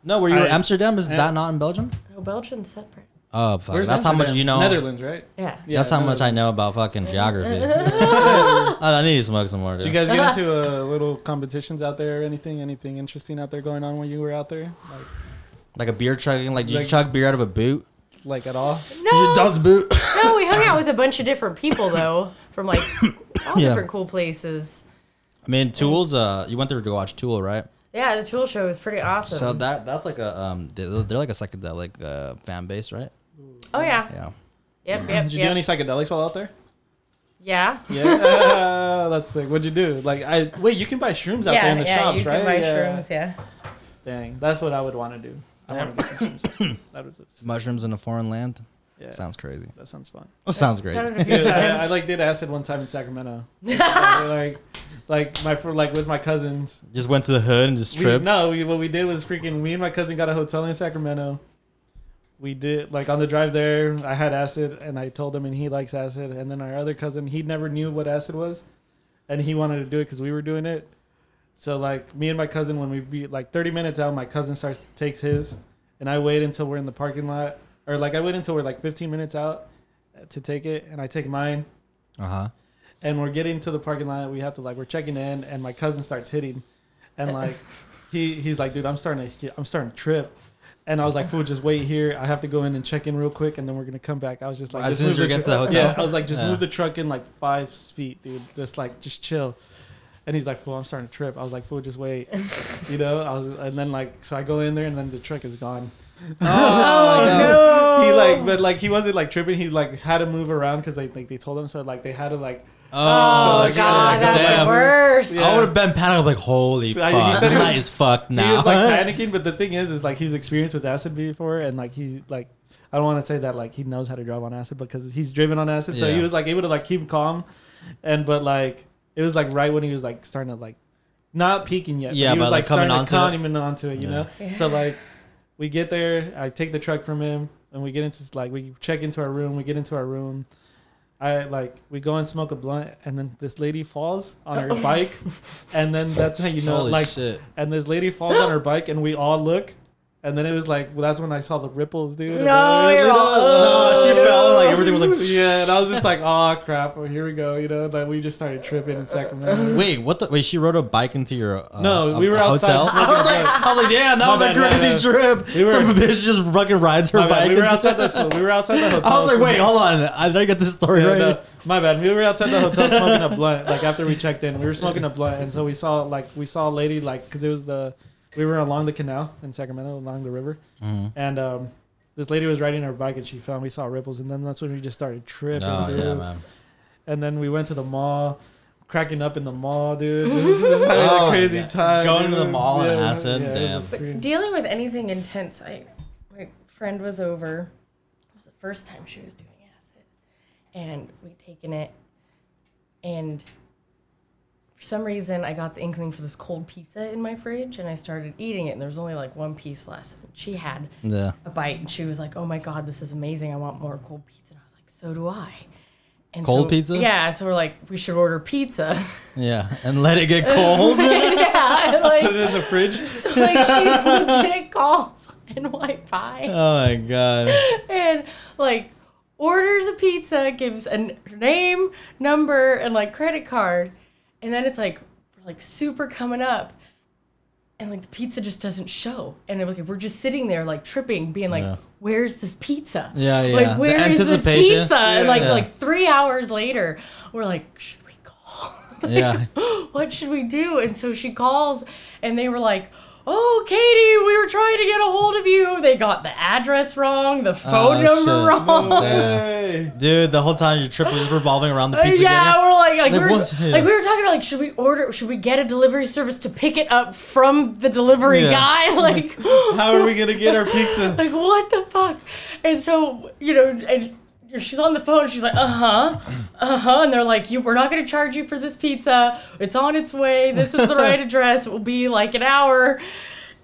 [SPEAKER 1] No, where you were
[SPEAKER 2] I-
[SPEAKER 1] Amsterdam? Is
[SPEAKER 2] I-
[SPEAKER 1] that not in Belgium?
[SPEAKER 3] No, Belgium's separate.
[SPEAKER 1] Oh, fuck.
[SPEAKER 2] Where's
[SPEAKER 1] that's how much
[SPEAKER 2] Amsterdam?
[SPEAKER 1] you know.
[SPEAKER 2] Netherlands, right?
[SPEAKER 3] Yeah.
[SPEAKER 2] Yeah,
[SPEAKER 1] that's how much I
[SPEAKER 2] Netherlands.
[SPEAKER 1] know about fucking geography. Oh, I need to smoke some more. Dude.
[SPEAKER 2] Did you guys
[SPEAKER 3] Uh-huh.
[SPEAKER 2] get into uh, little competitions out there or anything? Anything interesting out there going on when you were out there? Like,
[SPEAKER 1] like a beer chugging? Like, did you
[SPEAKER 2] Like-
[SPEAKER 1] chug beer out of a boot?
[SPEAKER 2] like at all?
[SPEAKER 3] No.
[SPEAKER 1] does boot.
[SPEAKER 3] No, we hung out with a bunch of different people though, from like all
[SPEAKER 1] Yeah.
[SPEAKER 3] different cool places.
[SPEAKER 1] I mean, Tool's. Uh, you went there to watch Tool, right?
[SPEAKER 3] Yeah, the Tool show was pretty awesome.
[SPEAKER 1] So that that's like a um, they're, they're like a psychedelic uh, fan base, right?
[SPEAKER 3] oh yeah.
[SPEAKER 1] Yeah.
[SPEAKER 3] Yep. Yep.
[SPEAKER 2] Did you
[SPEAKER 3] yep.
[SPEAKER 2] do any psychedelics while out there?
[SPEAKER 3] Yeah.
[SPEAKER 2] Yeah, that's sick. What'd you do? Like, I wait. You can buy shrooms out there in the
[SPEAKER 3] yeah, yeah,
[SPEAKER 2] shops,
[SPEAKER 3] you
[SPEAKER 2] right?
[SPEAKER 3] can buy
[SPEAKER 2] yeah.
[SPEAKER 3] shrooms, yeah.
[SPEAKER 2] Dang, that's what I would want to do. I want to get some shrooms. That was
[SPEAKER 1] Mushrooms in a foreign land.
[SPEAKER 2] yeah.
[SPEAKER 1] Sounds crazy.
[SPEAKER 2] That sounds fun.
[SPEAKER 1] That sounds great.
[SPEAKER 3] Done it a few
[SPEAKER 2] Dude, I, I
[SPEAKER 3] times.
[SPEAKER 2] like did acid one time in Sacramento. like, like my fr- like with my cousins.
[SPEAKER 1] Just went to the hood and just
[SPEAKER 2] We,
[SPEAKER 1] tripped.
[SPEAKER 2] no, we, what we did was freaking. Me and my cousin got a hotel in Sacramento. We did like on the drive there. I had acid, and I told him, and he likes acid. And then our other cousin, he never knew what acid was, and he wanted to do it because we were doing it. So like me and my cousin, when we be like 30 minutes out, my cousin starts takes his, and I wait until we're in the parking lot, or like I wait until we're like 15 minutes out uh, to take it, and I take mine
[SPEAKER 1] Uh huh.
[SPEAKER 2] and we're getting to the parking lot. We have to like we're checking in, and my cousin starts hitting, and like he he's like, dude, I'm starting to get- I'm starting to trip, and I was like, fool, just wait here. I have to go in and check in real quick, and then we're gonna come back. I was just like,
[SPEAKER 1] As
[SPEAKER 2] just
[SPEAKER 1] soon as
[SPEAKER 2] move
[SPEAKER 1] you get to the
[SPEAKER 2] truck-
[SPEAKER 1] hotel?
[SPEAKER 2] yeah. I was like, just
[SPEAKER 1] Yeah.
[SPEAKER 2] move the truck in like five feet, dude. Just like just chill. And he's like, fool, I'm starting to trip. I was like, fool, just wait, you know. I was, and then like, so I go in there, and then the truck is gone.
[SPEAKER 3] Oh,
[SPEAKER 2] He
[SPEAKER 3] no.
[SPEAKER 2] like, but like, he wasn't like tripping. He like had to move around because they like they told him so. Like they had to like
[SPEAKER 3] Oh,
[SPEAKER 2] So, like,
[SPEAKER 3] God,
[SPEAKER 2] yeah,
[SPEAKER 3] that's
[SPEAKER 2] damn.
[SPEAKER 3] the worst.
[SPEAKER 2] Yeah.
[SPEAKER 1] I would have been panicking like, holy
[SPEAKER 2] I-
[SPEAKER 1] fuck,
[SPEAKER 2] he said he
[SPEAKER 1] that
[SPEAKER 2] was-
[SPEAKER 1] is fucked now.
[SPEAKER 2] He was like panicking, but the thing is, is like he's experienced with acid before, and like he like I don't want to say that like he knows how to drive on acid because he's driven on acid, so
[SPEAKER 1] Yeah.
[SPEAKER 2] he was like able to like keep calm, and but like it was like right when he was like starting to like not peaking yet,
[SPEAKER 1] Yeah,
[SPEAKER 2] but he was
[SPEAKER 1] but,
[SPEAKER 2] like,
[SPEAKER 1] like,
[SPEAKER 2] starting
[SPEAKER 1] coming
[SPEAKER 2] to
[SPEAKER 1] onto it.
[SPEAKER 2] calm him onto it, you know. So like we get there, I take the truck from him, and we get into like we check into our room, we get into our room. I like we go and smoke a blunt, and then this lady falls on her bike, and then that's how you know
[SPEAKER 1] holy
[SPEAKER 2] like
[SPEAKER 1] shit.
[SPEAKER 2] and this lady falls on her bike, and we all look. And then it was like, well, that's when I saw the ripples, dude.
[SPEAKER 3] No, you're all-
[SPEAKER 1] No, she fell and like everything was like.
[SPEAKER 2] yeah, and I was just like, oh crap, well, here we go, you know. Like we just started tripping in Sacramento.
[SPEAKER 1] Wait, what the? Wait, she rode a bike into your. Uh,
[SPEAKER 2] No,
[SPEAKER 1] a-
[SPEAKER 2] we were
[SPEAKER 1] a
[SPEAKER 2] outside
[SPEAKER 1] Hotel?
[SPEAKER 2] smoking
[SPEAKER 1] I was like, I was like, damn, that
[SPEAKER 2] My
[SPEAKER 1] was a
[SPEAKER 2] bad, my
[SPEAKER 1] crazy
[SPEAKER 2] bad.
[SPEAKER 1] trip.
[SPEAKER 2] We were-
[SPEAKER 1] Some bitch just fucking rides her
[SPEAKER 2] My
[SPEAKER 1] bike.
[SPEAKER 2] bad. We were
[SPEAKER 1] into-
[SPEAKER 2] outside the we were outside the hotel.
[SPEAKER 1] I was like, wait, hold on, I did I get this story
[SPEAKER 2] Yeah,
[SPEAKER 1] right?
[SPEAKER 2] no, my bad. We were outside the hotel smoking a blunt. Like after we checked in, we were smoking a blunt, and so we saw like we saw a lady like because it was the we were along the canal in Sacramento along the river,
[SPEAKER 1] Mhm.
[SPEAKER 2] and um, this lady was riding her bike and she fell. and We saw ripples, and then that's when we just started tripping.
[SPEAKER 1] Oh
[SPEAKER 2] dude.
[SPEAKER 1] yeah, man.
[SPEAKER 2] And then we went to the mall, cracking up in the mall, dude. This was having a
[SPEAKER 1] Oh,
[SPEAKER 2] crazy
[SPEAKER 1] yeah.
[SPEAKER 2] time.
[SPEAKER 1] Going to the
[SPEAKER 2] dude.
[SPEAKER 1] mall on acid?
[SPEAKER 2] it was a
[SPEAKER 1] Damn.
[SPEAKER 3] But
[SPEAKER 2] freak-
[SPEAKER 3] dealing with anything intense, I my friend was over. It was the first time she was doing acid, and we'd taken it, and for some reason I got the inkling for this cold pizza in my fridge, and I started eating it, and there was only like one piece left. And she had
[SPEAKER 1] Yeah.
[SPEAKER 3] a bite, and she was like, "Oh my god, this is amazing! I want more cold pizza." And I was like, "So do I." And
[SPEAKER 1] Cold
[SPEAKER 3] so-
[SPEAKER 1] pizza?
[SPEAKER 3] Yeah, so we're like, we should order pizza.
[SPEAKER 1] Yeah, and let it get cold.
[SPEAKER 3] yeah, and,
[SPEAKER 2] Put it
[SPEAKER 3] like
[SPEAKER 2] in the fridge.
[SPEAKER 3] so like she legit calls and like bye.
[SPEAKER 1] oh my god.
[SPEAKER 3] and like orders a pizza, gives a n- name, number, and like credit card, and then it's like we're, like super coming up, and like the pizza just doesn't show, and we're, like we're just sitting there like tripping, being like,
[SPEAKER 1] Yeah.
[SPEAKER 3] "Where's this pizza?
[SPEAKER 1] Yeah, yeah.
[SPEAKER 3] Like
[SPEAKER 1] The
[SPEAKER 3] where is this
[SPEAKER 1] anticipation.
[SPEAKER 3] pizza?" And like
[SPEAKER 1] Yeah.
[SPEAKER 3] like three hours later, we're like, "Should we call?" Like,
[SPEAKER 1] Yeah.
[SPEAKER 3] what should we do? And so she calls, and they were like, Oh, Katie, we were trying to get a hold of you. They got the address wrong, the phone
[SPEAKER 1] Oh,
[SPEAKER 3] number
[SPEAKER 1] shit.
[SPEAKER 3] wrong.
[SPEAKER 2] Hey.
[SPEAKER 1] Dude, the whole time your trip was revolving around the
[SPEAKER 3] Uh,
[SPEAKER 1] pizza.
[SPEAKER 3] yeah,
[SPEAKER 1] getter.
[SPEAKER 3] we're like, like,
[SPEAKER 1] Like,
[SPEAKER 3] we're,
[SPEAKER 1] what's- yeah.
[SPEAKER 3] like we were talking about like should we order should we get a delivery service to pick it up from the delivery
[SPEAKER 1] Yeah.
[SPEAKER 3] guy? Like
[SPEAKER 2] How are we gonna get our pizza?
[SPEAKER 3] like what the fuck? And so, you know, and she's on the phone, she's like, uh-huh, uh-huh, and they're like, You we're not gonna charge you for this pizza. It's on its way, this is the right address, it will be like an hour.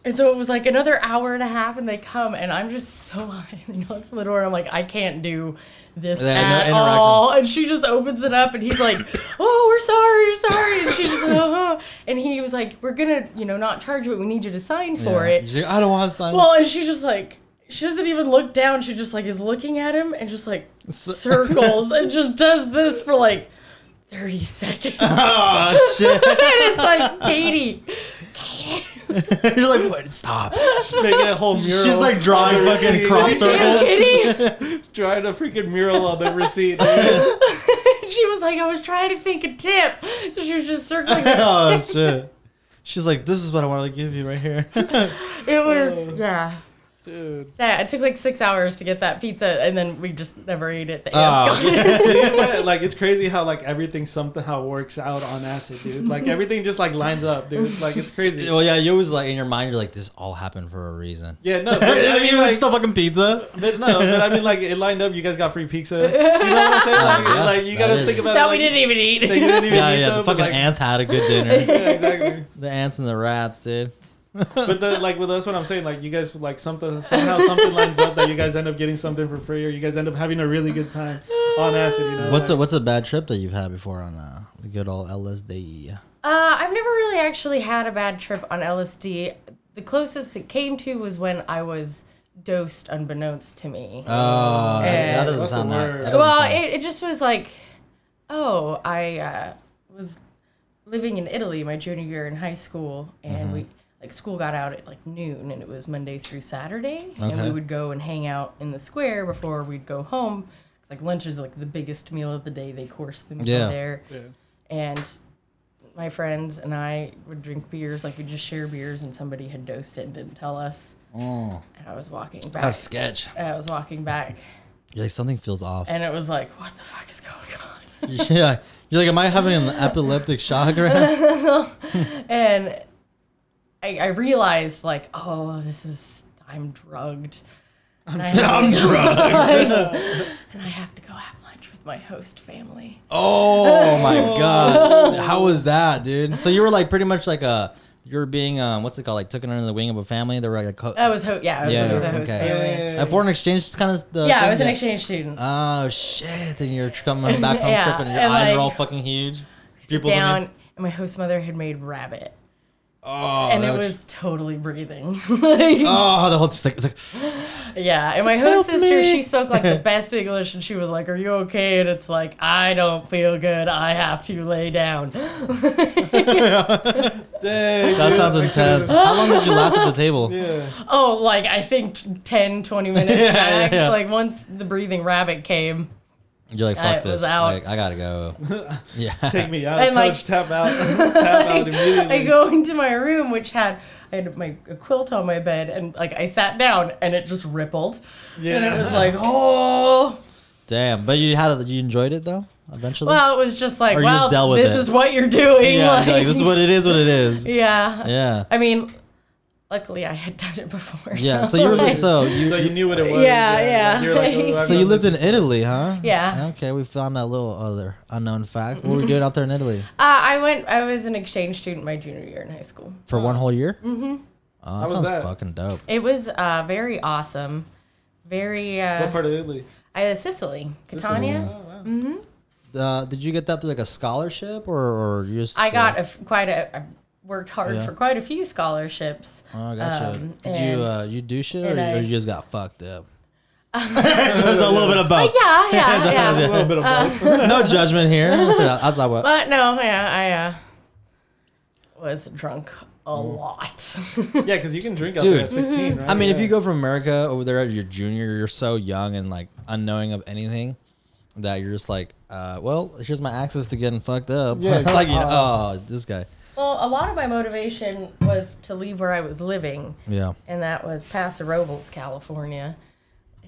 [SPEAKER 3] And so it was like another hour and a half, and they come, and I'm just so high. And they knock on the door, and I'm like, I can't do this
[SPEAKER 1] Yeah, no
[SPEAKER 3] at
[SPEAKER 1] interaction.
[SPEAKER 3] all. And she just opens it up, and he's like, Oh, we're sorry, we're sorry. And she just, uh huh. And he was like, We're gonna, you know, not charge you, but we need you to sign for
[SPEAKER 1] Yeah.
[SPEAKER 3] it.
[SPEAKER 1] She's like, I don't want to sign.
[SPEAKER 3] Well, and she just like she doesn't even look down. She just like is looking at him and just like circles and just does this for like thirty seconds. and
[SPEAKER 1] oh shit!
[SPEAKER 3] it's like Katie.
[SPEAKER 1] You're like, what? Stop.
[SPEAKER 2] Making a whole mural.
[SPEAKER 1] She's like drawing fucking crop
[SPEAKER 3] Are you
[SPEAKER 1] circles.
[SPEAKER 3] kidding?
[SPEAKER 2] drawing a freaking mural on the receipt. dude.
[SPEAKER 3] she was like, I was trying to think a tip, so she was just circling. It,
[SPEAKER 1] oh shit! She's like, this is what I want to give you right here.
[SPEAKER 3] it was yeah.
[SPEAKER 2] Dude.
[SPEAKER 3] Yeah, it took like six hours to get that pizza, and then we just never ate it. The
[SPEAKER 1] Oh.
[SPEAKER 3] ants got it.
[SPEAKER 2] You know what? like it's crazy how like everything somehow works out on acid, dude. Like everything just like lines up, dude. Like it's crazy.
[SPEAKER 1] Well, yeah, you always like in your mind, you're like, this all happened for a reason.
[SPEAKER 2] Yeah, no, but, I mean,
[SPEAKER 1] Even
[SPEAKER 2] like,
[SPEAKER 1] like, still fucking pizza.
[SPEAKER 2] but no, but I mean, like, it lined up. You guys got free pizza. You know what I'm saying? Like,
[SPEAKER 1] Oh, Yeah,
[SPEAKER 2] like, you
[SPEAKER 1] that
[SPEAKER 2] gotta
[SPEAKER 1] is-
[SPEAKER 2] think about
[SPEAKER 3] that
[SPEAKER 2] it. like,
[SPEAKER 3] we didn't even eat.
[SPEAKER 2] that you didn't even
[SPEAKER 1] Yeah,
[SPEAKER 2] eat
[SPEAKER 1] yeah.
[SPEAKER 2] though,
[SPEAKER 1] The
[SPEAKER 2] but,
[SPEAKER 1] fucking
[SPEAKER 2] like-
[SPEAKER 1] ants had a good dinner.
[SPEAKER 2] Yeah, exactly.
[SPEAKER 1] the ants and the rats, dude.
[SPEAKER 2] But the, like, well, that's what I'm saying. Like, you guys like something somehow something lines up that you guys end up getting something for free, or you guys end up having a really good time on acid. You know,
[SPEAKER 4] What's a
[SPEAKER 2] like,
[SPEAKER 4] what's a bad trip that you've had before on uh, the good old LSD?
[SPEAKER 3] Uh, I've never really actually had a bad trip on LSD. The closest it came to was when I was dosed unbeknownst to me.
[SPEAKER 4] Uh, that
[SPEAKER 3] Yeah.
[SPEAKER 4] doesn't
[SPEAKER 2] That's Oh, eh, the
[SPEAKER 4] sound that. that
[SPEAKER 2] word.
[SPEAKER 4] doesn't
[SPEAKER 3] well,
[SPEAKER 4] sound-
[SPEAKER 3] it, it just was like, oh, I uh, was living in Italy my junior year in high school, and
[SPEAKER 4] Mm-hmm.
[SPEAKER 3] we like school got out at like noon, and it was Monday through Saturday, and
[SPEAKER 1] Okay.
[SPEAKER 3] we would go and hang out in the square before we'd go home. 'Cause, Like lunch is like the biggest meal of the day. They course the meal
[SPEAKER 1] Yeah.
[SPEAKER 3] there,
[SPEAKER 2] yeah.
[SPEAKER 3] and my friends and I would drink beers. Like we just share beers, and somebody had dosed it and didn't tell us.
[SPEAKER 1] Oh,
[SPEAKER 3] And I was walking back.
[SPEAKER 1] that's sketch. Eh.
[SPEAKER 3] I was walking back,
[SPEAKER 1] You're like something feels off.
[SPEAKER 3] and it was like, what the fuck is going on?
[SPEAKER 1] yeah, you're like, am I having an epileptic shock right now?
[SPEAKER 3] and I, I realized like, oh, this is I'm drugged. I'm, I'm drugged. and I have to go have lunch with my host family.
[SPEAKER 1] Oh my god, how was that, dude? So you were like pretty much like a you were being um what's it called like taken under the wing of a family. They were like co-
[SPEAKER 3] I was ho- yeah, I was
[SPEAKER 1] Yeah,
[SPEAKER 3] living with a host
[SPEAKER 1] okay.
[SPEAKER 3] family.
[SPEAKER 2] Yeah,
[SPEAKER 1] a foreign exchange kind of the
[SPEAKER 3] Yeah, I
[SPEAKER 1] thing?
[SPEAKER 3] was an exchange student.
[SPEAKER 1] Oh shit! Then you're coming back home
[SPEAKER 3] Yeah,
[SPEAKER 1] tripping. Your
[SPEAKER 3] and,
[SPEAKER 1] eyes
[SPEAKER 3] like,
[SPEAKER 1] are all fucking huge.
[SPEAKER 3] Sit
[SPEAKER 1] looking-
[SPEAKER 3] down, and my host mother had made rabbit,
[SPEAKER 1] Oh,
[SPEAKER 3] and
[SPEAKER 1] that
[SPEAKER 3] it
[SPEAKER 1] would-
[SPEAKER 3] was totally breathing. Like,
[SPEAKER 1] Oh, the whole just like, it's like
[SPEAKER 3] Yeah, and my
[SPEAKER 1] "Help
[SPEAKER 3] host sister,
[SPEAKER 1] me."
[SPEAKER 3] she spoke like the best English, and she was like, "Are you okay?" And it's like, "I don't feel good. I have to lay down."
[SPEAKER 2] Dang,
[SPEAKER 1] that
[SPEAKER 2] dude,
[SPEAKER 1] sounds
[SPEAKER 2] like,
[SPEAKER 1] intense. How long did you last at the table?
[SPEAKER 2] Yeah.
[SPEAKER 3] Oh, like I think 10, 20 minutes
[SPEAKER 1] Yeah,
[SPEAKER 3] max.
[SPEAKER 1] yeah, yeah.
[SPEAKER 3] Like once the breathing rabbit came.
[SPEAKER 1] You're like,
[SPEAKER 3] I
[SPEAKER 1] fuck
[SPEAKER 3] was
[SPEAKER 1] this.
[SPEAKER 3] out.
[SPEAKER 1] Like, I gotta go. Yeah.
[SPEAKER 2] Take me out, coach.
[SPEAKER 3] And, like-
[SPEAKER 2] tap out, tap out immediately.
[SPEAKER 3] I go into my room, which had I had my a quilt on my bed, and like I sat down, and it just rippled,
[SPEAKER 2] yeah.
[SPEAKER 3] and it was like, oh.
[SPEAKER 1] Damn. But you had a, you enjoyed it though. Eventually.
[SPEAKER 3] Well, it was just like,
[SPEAKER 1] Or you just
[SPEAKER 3] well,
[SPEAKER 1] dealt with
[SPEAKER 3] this
[SPEAKER 1] it.
[SPEAKER 3] is what you're doing.
[SPEAKER 1] yeah.
[SPEAKER 3] like,
[SPEAKER 1] you're like, this is what it is. What it is.
[SPEAKER 3] yeah.
[SPEAKER 1] Yeah.
[SPEAKER 3] I mean, luckily I had done it before.
[SPEAKER 1] Yeah. So you were
[SPEAKER 3] like,
[SPEAKER 1] like, so you
[SPEAKER 2] so you knew what it was.
[SPEAKER 3] Yeah, yeah.
[SPEAKER 2] You're like, oh, I've
[SPEAKER 1] so you
[SPEAKER 2] done
[SPEAKER 1] lived
[SPEAKER 2] this
[SPEAKER 1] in Italy, huh?
[SPEAKER 3] Yeah.
[SPEAKER 1] Okay, we found that little other unknown fact. What were you doing out there in Italy
[SPEAKER 3] uh, I went. I was an exchange student my junior year in high school.
[SPEAKER 1] for one whole year? Mm-hmm. Oh, that
[SPEAKER 2] was
[SPEAKER 1] sounds
[SPEAKER 2] that?
[SPEAKER 1] fucking dope.
[SPEAKER 3] It was uh, very awesome. Very. Uh,
[SPEAKER 2] What part of Italy?
[SPEAKER 3] I uh, Sicily, Catania.
[SPEAKER 2] Oh, wow.
[SPEAKER 1] Uh, did you get that through like a scholarship or, or you just?
[SPEAKER 3] I got
[SPEAKER 1] uh,
[SPEAKER 3] a f quite a. I worked hard
[SPEAKER 1] Yeah.
[SPEAKER 3] for quite a few scholarships.
[SPEAKER 1] Oh, gotcha.
[SPEAKER 3] um,
[SPEAKER 1] did
[SPEAKER 3] and-
[SPEAKER 1] you uh, you do shit or,
[SPEAKER 3] and
[SPEAKER 1] you- or
[SPEAKER 3] I-
[SPEAKER 1] you just got fucked up? so it's a little bit of both.
[SPEAKER 3] Uh, Yeah,
[SPEAKER 1] Oh. That's what I was
[SPEAKER 3] yeah,
[SPEAKER 2] A
[SPEAKER 3] yeah.
[SPEAKER 1] saying.
[SPEAKER 2] little bit of
[SPEAKER 3] Uh.
[SPEAKER 2] both.
[SPEAKER 1] No judgment here. That's not what.
[SPEAKER 3] But no, yeah, I uh, was drunk a
[SPEAKER 1] Mm.
[SPEAKER 3] lot.
[SPEAKER 2] yeah, because you can drink out
[SPEAKER 1] Dude.
[SPEAKER 2] there at 16,
[SPEAKER 3] Mm-hmm.
[SPEAKER 2] right?
[SPEAKER 1] I mean, if
[SPEAKER 2] Yeah.
[SPEAKER 1] you go from America over there, you're junior, you're so young and like unknowing of anything that you're just like, uh, well, here's my access to getting fucked up.
[SPEAKER 2] Yeah,
[SPEAKER 1] like, you know,
[SPEAKER 3] Uh-huh.
[SPEAKER 1] oh, this guy.
[SPEAKER 3] well, a lot of my motivation was to leave where I was living,
[SPEAKER 1] Yeah.
[SPEAKER 3] and that was Paso Robles, California,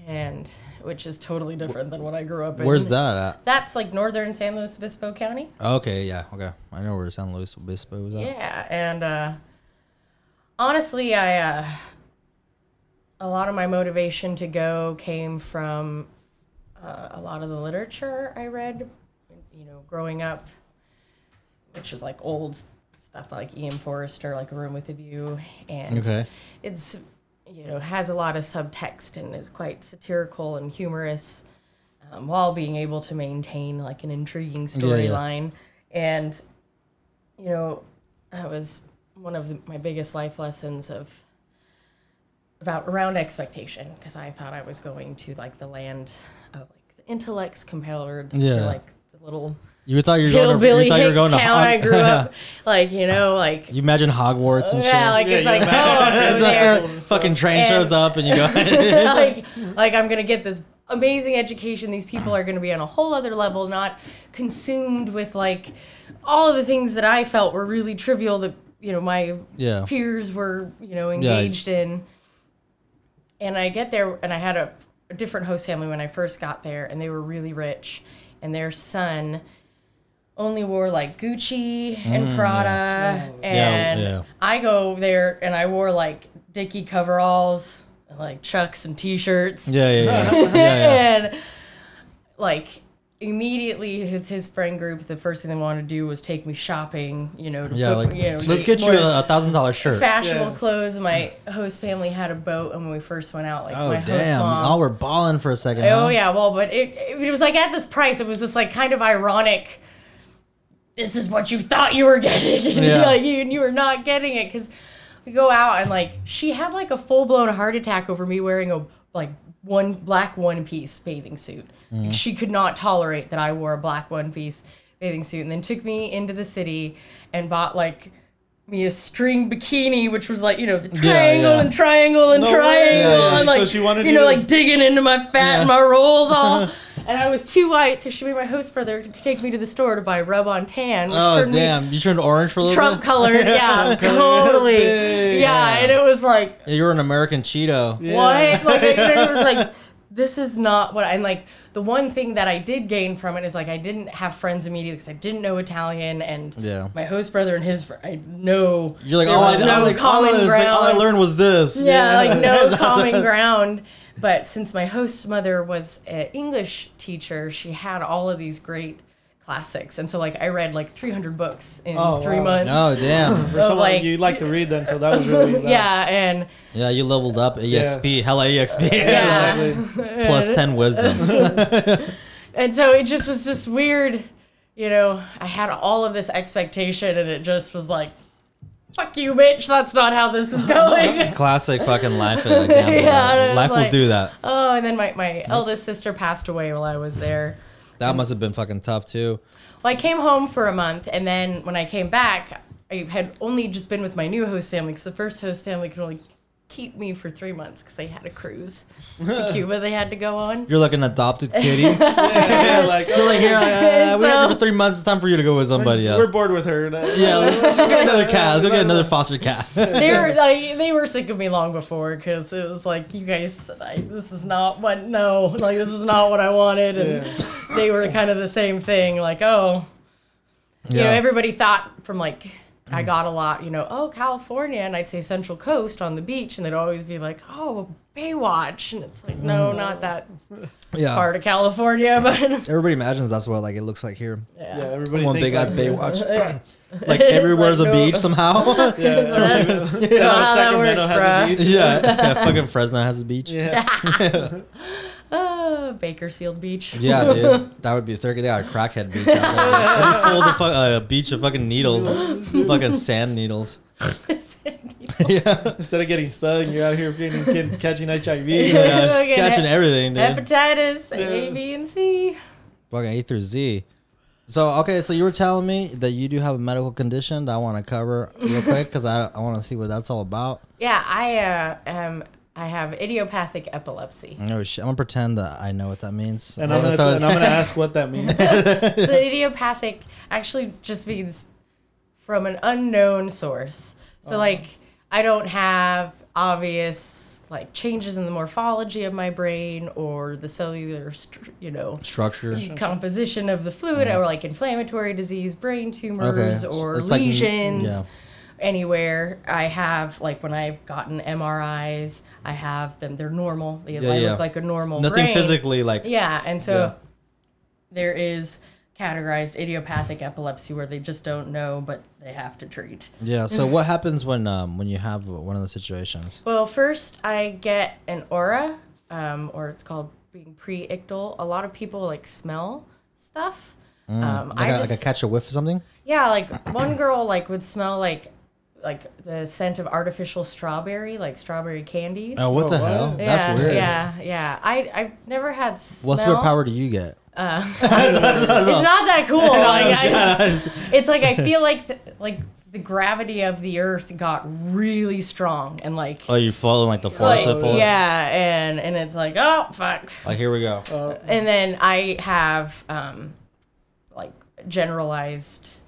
[SPEAKER 3] and which is totally different than what I grew up in.
[SPEAKER 1] Where's that at?
[SPEAKER 3] That's like northern San Luis Obispo County.
[SPEAKER 1] Okay, yeah, okay. I know where San Luis Obispo was at.
[SPEAKER 3] Yeah, and uh, honestly, I uh, a lot of my motivation to go came from uh, a lot of the literature I read, you know, growing up, which was like old stuff like Ian Forrester, like A Room with a View, and
[SPEAKER 1] Okay.
[SPEAKER 3] it's you know has a lot of subtext and is quite satirical and humorous um, while being able to maintain like an intriguing storyline and you know that was one of the, my biggest life lessons of about around expectation because i thought i was going to like the land of like the intellects compared to
[SPEAKER 1] Yeah.
[SPEAKER 3] like the little
[SPEAKER 1] You thought you were going to,
[SPEAKER 3] hillbilly
[SPEAKER 1] you thought you were
[SPEAKER 3] hick
[SPEAKER 1] going
[SPEAKER 3] town
[SPEAKER 1] to
[SPEAKER 3] i
[SPEAKER 1] Hog-
[SPEAKER 3] grew up like you know like
[SPEAKER 1] You imagine Hogwarts and
[SPEAKER 3] yeah
[SPEAKER 1] shit.
[SPEAKER 3] like it's
[SPEAKER 2] Yeah,
[SPEAKER 3] like
[SPEAKER 2] you
[SPEAKER 3] oh I'll go
[SPEAKER 1] It's
[SPEAKER 3] there
[SPEAKER 1] like, fucking train
[SPEAKER 3] And-
[SPEAKER 1] shows up and you go.
[SPEAKER 3] like like I'm gonna get this amazing education. These people are gonna be on a whole other level, not consumed with like all of the things that I felt were really trivial that you know my
[SPEAKER 1] Yeah.
[SPEAKER 3] peers were you know
[SPEAKER 1] Yeah.
[SPEAKER 3] engaged in. and I get there, and I had a, a different host family when I first got there, and they were really rich, and their son only wore like Gucci and Prada, and
[SPEAKER 1] Mm, yeah.
[SPEAKER 3] I go there and I wore like Dickie coveralls, and, like Chucks and T-shirts,
[SPEAKER 1] Yeah, yeah, yeah. yeah, yeah.
[SPEAKER 3] and like immediately with his friend group, the first thing they wanted to do was take me shopping. You know, to
[SPEAKER 1] Yeah,
[SPEAKER 3] book-
[SPEAKER 1] like
[SPEAKER 3] you know,
[SPEAKER 1] let's
[SPEAKER 3] to
[SPEAKER 1] get you
[SPEAKER 3] more
[SPEAKER 1] a thousand dollar shirt.
[SPEAKER 3] fashionable
[SPEAKER 2] Yeah.
[SPEAKER 3] clothes. My host family had a boat, and when we first went out, like
[SPEAKER 4] Oh
[SPEAKER 3] my host
[SPEAKER 4] damn!
[SPEAKER 3] mom.
[SPEAKER 4] Y'all were balling for a second. huh?
[SPEAKER 3] Oh yeah, well, but it, it it was like at this price, it was this like kind of ironic. This is what you thought you were getting, and
[SPEAKER 1] Yeah.
[SPEAKER 3] like you, and you were not getting it because we go out and like she had like a full blown heart attack over me wearing a like one black one piece bathing suit. Like,
[SPEAKER 2] Mm.
[SPEAKER 3] she could not tolerate that I wore a black one piece bathing suit, and then took me into the city and bought like. Me a string bikini, which was like you know the triangle
[SPEAKER 1] yeah.
[SPEAKER 3] and triangle and
[SPEAKER 2] No way.
[SPEAKER 3] triangle,
[SPEAKER 2] Yeah, yeah.
[SPEAKER 3] and
[SPEAKER 2] So
[SPEAKER 3] like
[SPEAKER 2] she wanted
[SPEAKER 3] you know
[SPEAKER 2] you to-
[SPEAKER 3] like digging into my fat and my rolls all. and I was too white, so she made my host brother take me to the store to buy rub on tan, which
[SPEAKER 1] Oh
[SPEAKER 3] turned
[SPEAKER 1] damn! You turned orange for a
[SPEAKER 3] me
[SPEAKER 1] little
[SPEAKER 3] Trump
[SPEAKER 1] bit.
[SPEAKER 3] colored. Yeah, totally.
[SPEAKER 1] Big.
[SPEAKER 3] Yeah, and it was like
[SPEAKER 1] Yeah, you were an American Cheeto. Yeah.
[SPEAKER 3] what? Like it, it was like this is not what I'm like. The one thing that I did gain from it is like I didn't have friends immediately because I didn't know Italian and
[SPEAKER 1] Yeah.
[SPEAKER 3] my host brother and his fr- I know
[SPEAKER 1] You're like,
[SPEAKER 3] there
[SPEAKER 1] all I,
[SPEAKER 3] was
[SPEAKER 1] I was like, all I, was like, all I learned was this.
[SPEAKER 3] yeah, like
[SPEAKER 1] That's
[SPEAKER 3] no
[SPEAKER 1] awesome.
[SPEAKER 3] common ground. But since my host's mother was an English teacher, she had all of these great classics, and so like I read like 300 books in
[SPEAKER 2] Oh,
[SPEAKER 3] three
[SPEAKER 2] wow.
[SPEAKER 3] months.
[SPEAKER 1] Oh damn!
[SPEAKER 2] For someone
[SPEAKER 3] like-
[SPEAKER 2] you like to read, then so that was really that-
[SPEAKER 3] yeah, and
[SPEAKER 1] Yeah, you leveled up. EXP, hella EXP.
[SPEAKER 3] yeah,
[SPEAKER 2] Exactly.
[SPEAKER 1] Plus ten wisdom.
[SPEAKER 3] and so it just was just weird. You know, I had all of this expectation, and it just was like, "Fuck you, bitch! That's not how this is going."
[SPEAKER 1] Classic fucking life example.
[SPEAKER 3] Yeah,
[SPEAKER 1] life will
[SPEAKER 3] like-
[SPEAKER 1] do that.
[SPEAKER 3] oh, and then my my eldest sister passed away while I was there.
[SPEAKER 1] That must have been fucking tough too.
[SPEAKER 3] Well, I came home for a month, and then when I came back, I had only just been with my new host family because the first host family could only keep me for three months because they had a cruise to Cuba they had to go on.
[SPEAKER 1] You're like an adopted kitty. You're like,
[SPEAKER 2] Yeah, like, oh,
[SPEAKER 1] here, uh, we had you
[SPEAKER 3] So-
[SPEAKER 1] for three months. It's time for you to go with somebody
[SPEAKER 2] We're
[SPEAKER 1] else.
[SPEAKER 2] bored with her. That-
[SPEAKER 1] Yeah, let's, let's go get another cat. Let's go get another foster cat.
[SPEAKER 3] They were like, they were sick of me long before because it was like, you guys, I, this is not what no, like this is not what I wanted, and
[SPEAKER 2] Yeah.
[SPEAKER 3] they were kind of the same thing, like oh, you know, everybody thought from like I got a lot, you know, oh California, and I'd say Central Coast on the beach, and they'd always be like, oh Baywatch, and it's like, no,
[SPEAKER 2] Mm.
[SPEAKER 3] not that
[SPEAKER 2] Oh.
[SPEAKER 1] yeah.
[SPEAKER 3] part of California, but
[SPEAKER 4] Everybody imagines that's what like it looks like here.
[SPEAKER 2] Yeah, everybody
[SPEAKER 1] One
[SPEAKER 2] thinks
[SPEAKER 1] big ass
[SPEAKER 2] like-
[SPEAKER 1] Baywatch. like everywhere's
[SPEAKER 3] Like,
[SPEAKER 1] a
[SPEAKER 3] no.
[SPEAKER 1] beach somehow.
[SPEAKER 2] Yeah,
[SPEAKER 3] that's-
[SPEAKER 2] everybody-
[SPEAKER 3] that's not how that
[SPEAKER 2] Sacramento
[SPEAKER 3] works,
[SPEAKER 2] has a
[SPEAKER 3] bruh.
[SPEAKER 2] beach.
[SPEAKER 1] yeah. yeah, fucking Fresno has a beach. Yeah,
[SPEAKER 2] Yeah.
[SPEAKER 3] uh, Bakersfield Beach.
[SPEAKER 1] dude, that would be thirty. They got a crackhead beach. Out there. It'd be full of the fu- uh, beach of fucking needles, fucking sand needles. yeah,
[SPEAKER 2] Instead of getting stung, you're out here getting, getting, catching HIV.
[SPEAKER 1] yeah,
[SPEAKER 3] Fucking
[SPEAKER 1] catching
[SPEAKER 3] he-
[SPEAKER 1] everything, dude.
[SPEAKER 3] Hepatitis, and
[SPEAKER 2] Yeah.
[SPEAKER 3] A, B, and C.
[SPEAKER 1] Fucking A through Z. So okay, so you were telling me that you do have a medical condition that I want to cover real quick because I I want to see what that's all about.
[SPEAKER 3] Yeah, I uh, um, I have idiopathic epilepsy.
[SPEAKER 1] No Oh, shit, I'm gonna pretend that I know what that means.
[SPEAKER 2] And
[SPEAKER 1] So-
[SPEAKER 2] I'm gonna,
[SPEAKER 1] so
[SPEAKER 2] and I'm
[SPEAKER 1] it's-
[SPEAKER 2] gonna ask what that means.
[SPEAKER 3] so idiopathic actually just means from an unknown source. So
[SPEAKER 1] Oh.
[SPEAKER 3] like I don't have obvious like changes in the morphology of my brain or the cellular, str- you know,
[SPEAKER 1] structure.
[SPEAKER 3] composition of the fluid or like inflammatory disease, brain tumors
[SPEAKER 1] so
[SPEAKER 3] or
[SPEAKER 1] it's like-
[SPEAKER 3] lesions
[SPEAKER 1] yeah.
[SPEAKER 3] anywhere. I have like when I've gotten MRIs, I have them they're normal. They
[SPEAKER 1] Yeah,
[SPEAKER 3] I
[SPEAKER 1] yeah.
[SPEAKER 3] look like a normal
[SPEAKER 1] Nothing
[SPEAKER 3] brain.
[SPEAKER 1] physically like
[SPEAKER 3] Yeah, and so
[SPEAKER 1] Yeah.
[SPEAKER 3] there is categorized idiopathic epilepsy where they just don't know but they have to treat.
[SPEAKER 1] Yeah. So what happens when um when you have one of those situations?
[SPEAKER 3] Well, first I get an aura, um, or it's called being pre-ictal. A lot of people like smell stuff. um,
[SPEAKER 1] Mm, Like,
[SPEAKER 3] I
[SPEAKER 1] a,
[SPEAKER 3] just,
[SPEAKER 1] like a catch a whiff or something?
[SPEAKER 3] yeah, like one girl like would smell like like the scent of artificial strawberry, like strawberry candies.
[SPEAKER 1] Oh, what
[SPEAKER 2] Oh,
[SPEAKER 1] the
[SPEAKER 2] what?
[SPEAKER 1] hell?
[SPEAKER 3] yeah,
[SPEAKER 1] That's weird.
[SPEAKER 3] Yeah, yeah. I I've never had smell.
[SPEAKER 1] What superpower do you get?
[SPEAKER 3] It's not that cool. like, I just-
[SPEAKER 1] Yes.
[SPEAKER 3] it's like I feel like the, like the gravity of the Earth got really strong and like
[SPEAKER 1] oh, you following like the force
[SPEAKER 3] like
[SPEAKER 1] of it?
[SPEAKER 3] yeah, and and it's like oh fuck,
[SPEAKER 1] Like here we go.
[SPEAKER 3] and then I have um like generalized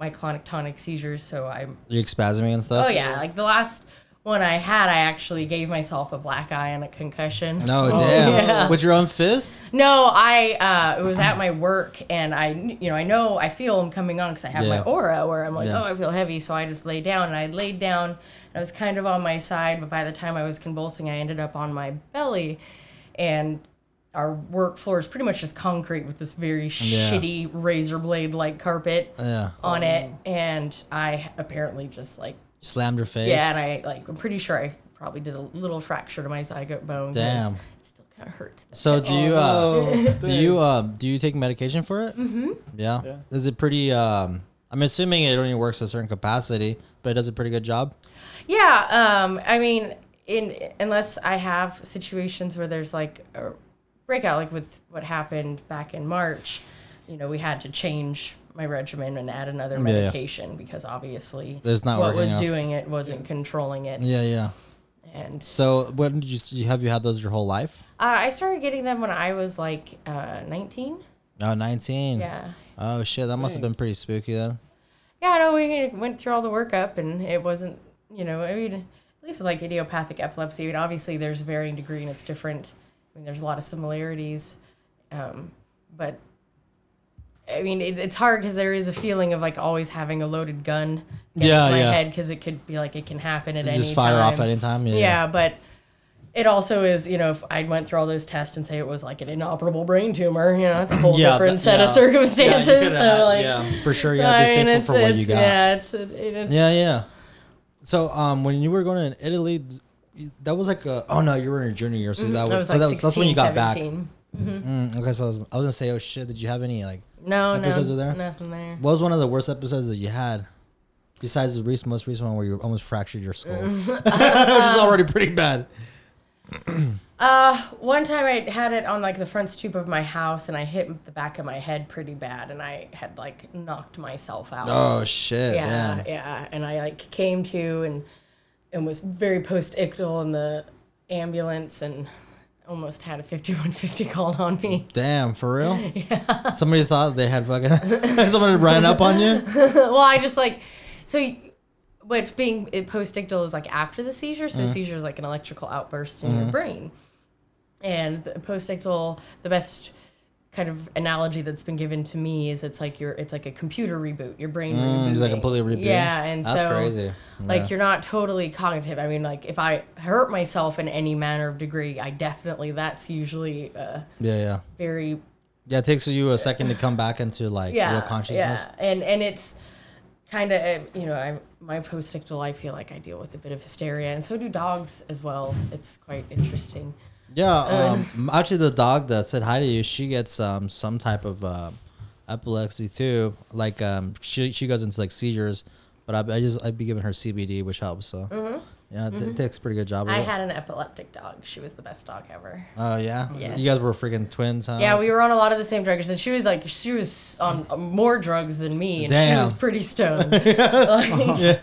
[SPEAKER 3] myoclonic tonic seizures, so I'm
[SPEAKER 1] You spasming and stuff.
[SPEAKER 3] oh yeah, like the last one I had, I actually gave myself a black eye and a concussion.
[SPEAKER 4] No, damn.
[SPEAKER 3] Oh, yeah.
[SPEAKER 4] With your own fist?
[SPEAKER 3] No, I uh, it was at my work, and I, kn- you know, I know I feel them coming on because I have my
[SPEAKER 1] Yeah.
[SPEAKER 3] aura where I'm like,
[SPEAKER 1] Yeah.
[SPEAKER 3] oh, I feel heavy, so I just lay down, and I laid down, and I was kind of on my side, but by the time I was convulsing, I ended up on my belly, and our work floor is pretty much just concrete with this very shitty razor blade like carpet
[SPEAKER 1] Uh,
[SPEAKER 4] Yeah.
[SPEAKER 3] on it,
[SPEAKER 1] oh.
[SPEAKER 3] and I apparently just like
[SPEAKER 4] Slammed your face.
[SPEAKER 3] yeah, and I like I'm pretty sure I probably did a little fracture to my zygote bone. 'cause
[SPEAKER 1] Damn.
[SPEAKER 3] it still kind of hurts.
[SPEAKER 1] So do you
[SPEAKER 2] Oh,
[SPEAKER 1] uh,
[SPEAKER 3] Oh,
[SPEAKER 1] do
[SPEAKER 2] dang.
[SPEAKER 1] you uh, do you take medication for it? Mm-hmm. Yeah.
[SPEAKER 2] Yeah.
[SPEAKER 1] Is it pretty? Um, I'm assuming it only works to a certain capacity, but it does a pretty good job.
[SPEAKER 3] Yeah, um, I mean, in unless I have situations where there's like a breakout, like with what happened back in March, you know, we had to change my regimen and add another
[SPEAKER 1] yeah.
[SPEAKER 3] medication because obviously
[SPEAKER 1] It's not
[SPEAKER 3] what
[SPEAKER 1] working
[SPEAKER 3] was
[SPEAKER 1] out.
[SPEAKER 3] doing it wasn't controlling it.
[SPEAKER 1] Yeah, yeah.
[SPEAKER 3] And
[SPEAKER 1] So when did you s- you have you had those your whole life?
[SPEAKER 3] uh, I started getting them when I was like uh, 19.
[SPEAKER 1] Oh, 19.
[SPEAKER 3] Yeah.
[SPEAKER 1] Oh shit, that must have been pretty spooky then.
[SPEAKER 3] Yeah, no, we went through all the workup and it wasn't, you know, I mean, at least with, like idiopathic epilepsy, I mean, obviously there's varying degree and it's different. I mean, there's a lot of similarities, um, but I mean, it, it's hard because there is a feeling of like always having a loaded gun against
[SPEAKER 1] Yeah,
[SPEAKER 3] my
[SPEAKER 1] yeah.
[SPEAKER 3] head because it could be like it can happen at
[SPEAKER 1] You
[SPEAKER 3] any
[SPEAKER 1] just fire off
[SPEAKER 3] time.
[SPEAKER 1] at any time. Yeah.
[SPEAKER 3] Yeah. but it also is, you know, if I went through all those tests and say it was like an inoperable brain tumor, you know, it's a whole
[SPEAKER 1] Yeah,
[SPEAKER 3] different
[SPEAKER 1] that-
[SPEAKER 3] set of
[SPEAKER 1] yeah.
[SPEAKER 3] circumstances.
[SPEAKER 1] Yeah, you could've
[SPEAKER 3] so
[SPEAKER 1] had-
[SPEAKER 3] like,
[SPEAKER 1] yeah, for sure, you gotta be thankful for what you got. Yeah,
[SPEAKER 3] yeah, it's it- it's
[SPEAKER 1] yeah. So, um, when you were going to Italy, th- that was like a oh no, you were in your junior year, so that was,
[SPEAKER 3] I Mm-hmm. was
[SPEAKER 1] so
[SPEAKER 3] like
[SPEAKER 1] that
[SPEAKER 3] 16,
[SPEAKER 1] was that's when you got
[SPEAKER 3] 17.
[SPEAKER 1] back. Mm, okay, so I was, I was gonna say, oh shit, did you have any like
[SPEAKER 3] No, no,
[SPEAKER 1] Episodes are there?
[SPEAKER 3] nothing there.
[SPEAKER 1] what was one of the worst episodes that you had? Besides the recent, most recent one where you almost fractured your skull, which is already pretty bad.
[SPEAKER 3] Uh, one time I had it on like the front stoop of my house, and I hit the back of my head pretty bad, and I had like knocked myself out.
[SPEAKER 1] Oh shit!
[SPEAKER 3] yeah,
[SPEAKER 1] damn.
[SPEAKER 3] yeah, and I like came to and and was very post-ictal in the ambulance and almost had a 5150 called on me.
[SPEAKER 1] Damn, for real? Yeah. Somebody thought they had fucking. Someone ran up on you.
[SPEAKER 3] well, I just like so. y- What's being it postictal is like after the seizure.
[SPEAKER 1] Mm-hmm.
[SPEAKER 3] So seizure is like an electrical outburst in your brain, and the postictal. The best kind of analogy that's been given to me is it's like your it's like a computer reboot. Your brain
[SPEAKER 1] Mm,
[SPEAKER 3] rebooting.
[SPEAKER 1] Just like completely rebooting.
[SPEAKER 3] Yeah, and
[SPEAKER 1] that's
[SPEAKER 3] so
[SPEAKER 1] crazy.
[SPEAKER 3] like you're not totally cognitive. I mean, like if I hurt myself in any manner of degree, I definitely that's usually uh,
[SPEAKER 1] Yeah, yeah,
[SPEAKER 3] very
[SPEAKER 1] yeah. It takes you a second to come back into like
[SPEAKER 3] yeah,
[SPEAKER 1] real consciousness.
[SPEAKER 3] Yeah, and and it's kind of you know I my postictal I feel like I deal with a bit of hysteria, and so do dogs as well. It's quite interesting.
[SPEAKER 1] Yeah.
[SPEAKER 3] Uh-huh.
[SPEAKER 1] um, actually, the dog that said hi to you, she gets um, some type of uh, epilepsy too. Like um, she she goes into like seizures, but I, I just I'd be giving her CBD, which helps. So yeah, it it takes a pretty good job. Of
[SPEAKER 3] Mm-hmm. I
[SPEAKER 1] it.
[SPEAKER 3] had an epileptic dog. She was the best dog ever.
[SPEAKER 1] Oh yeah.
[SPEAKER 3] Yes.
[SPEAKER 1] You guys were freaking twins, huh?
[SPEAKER 3] Yeah, we were on a lot of the same drugs, and she was like, she was on more drugs than me, and she
[SPEAKER 1] Damn.
[SPEAKER 3] was pretty stoned. Like,
[SPEAKER 1] Oh,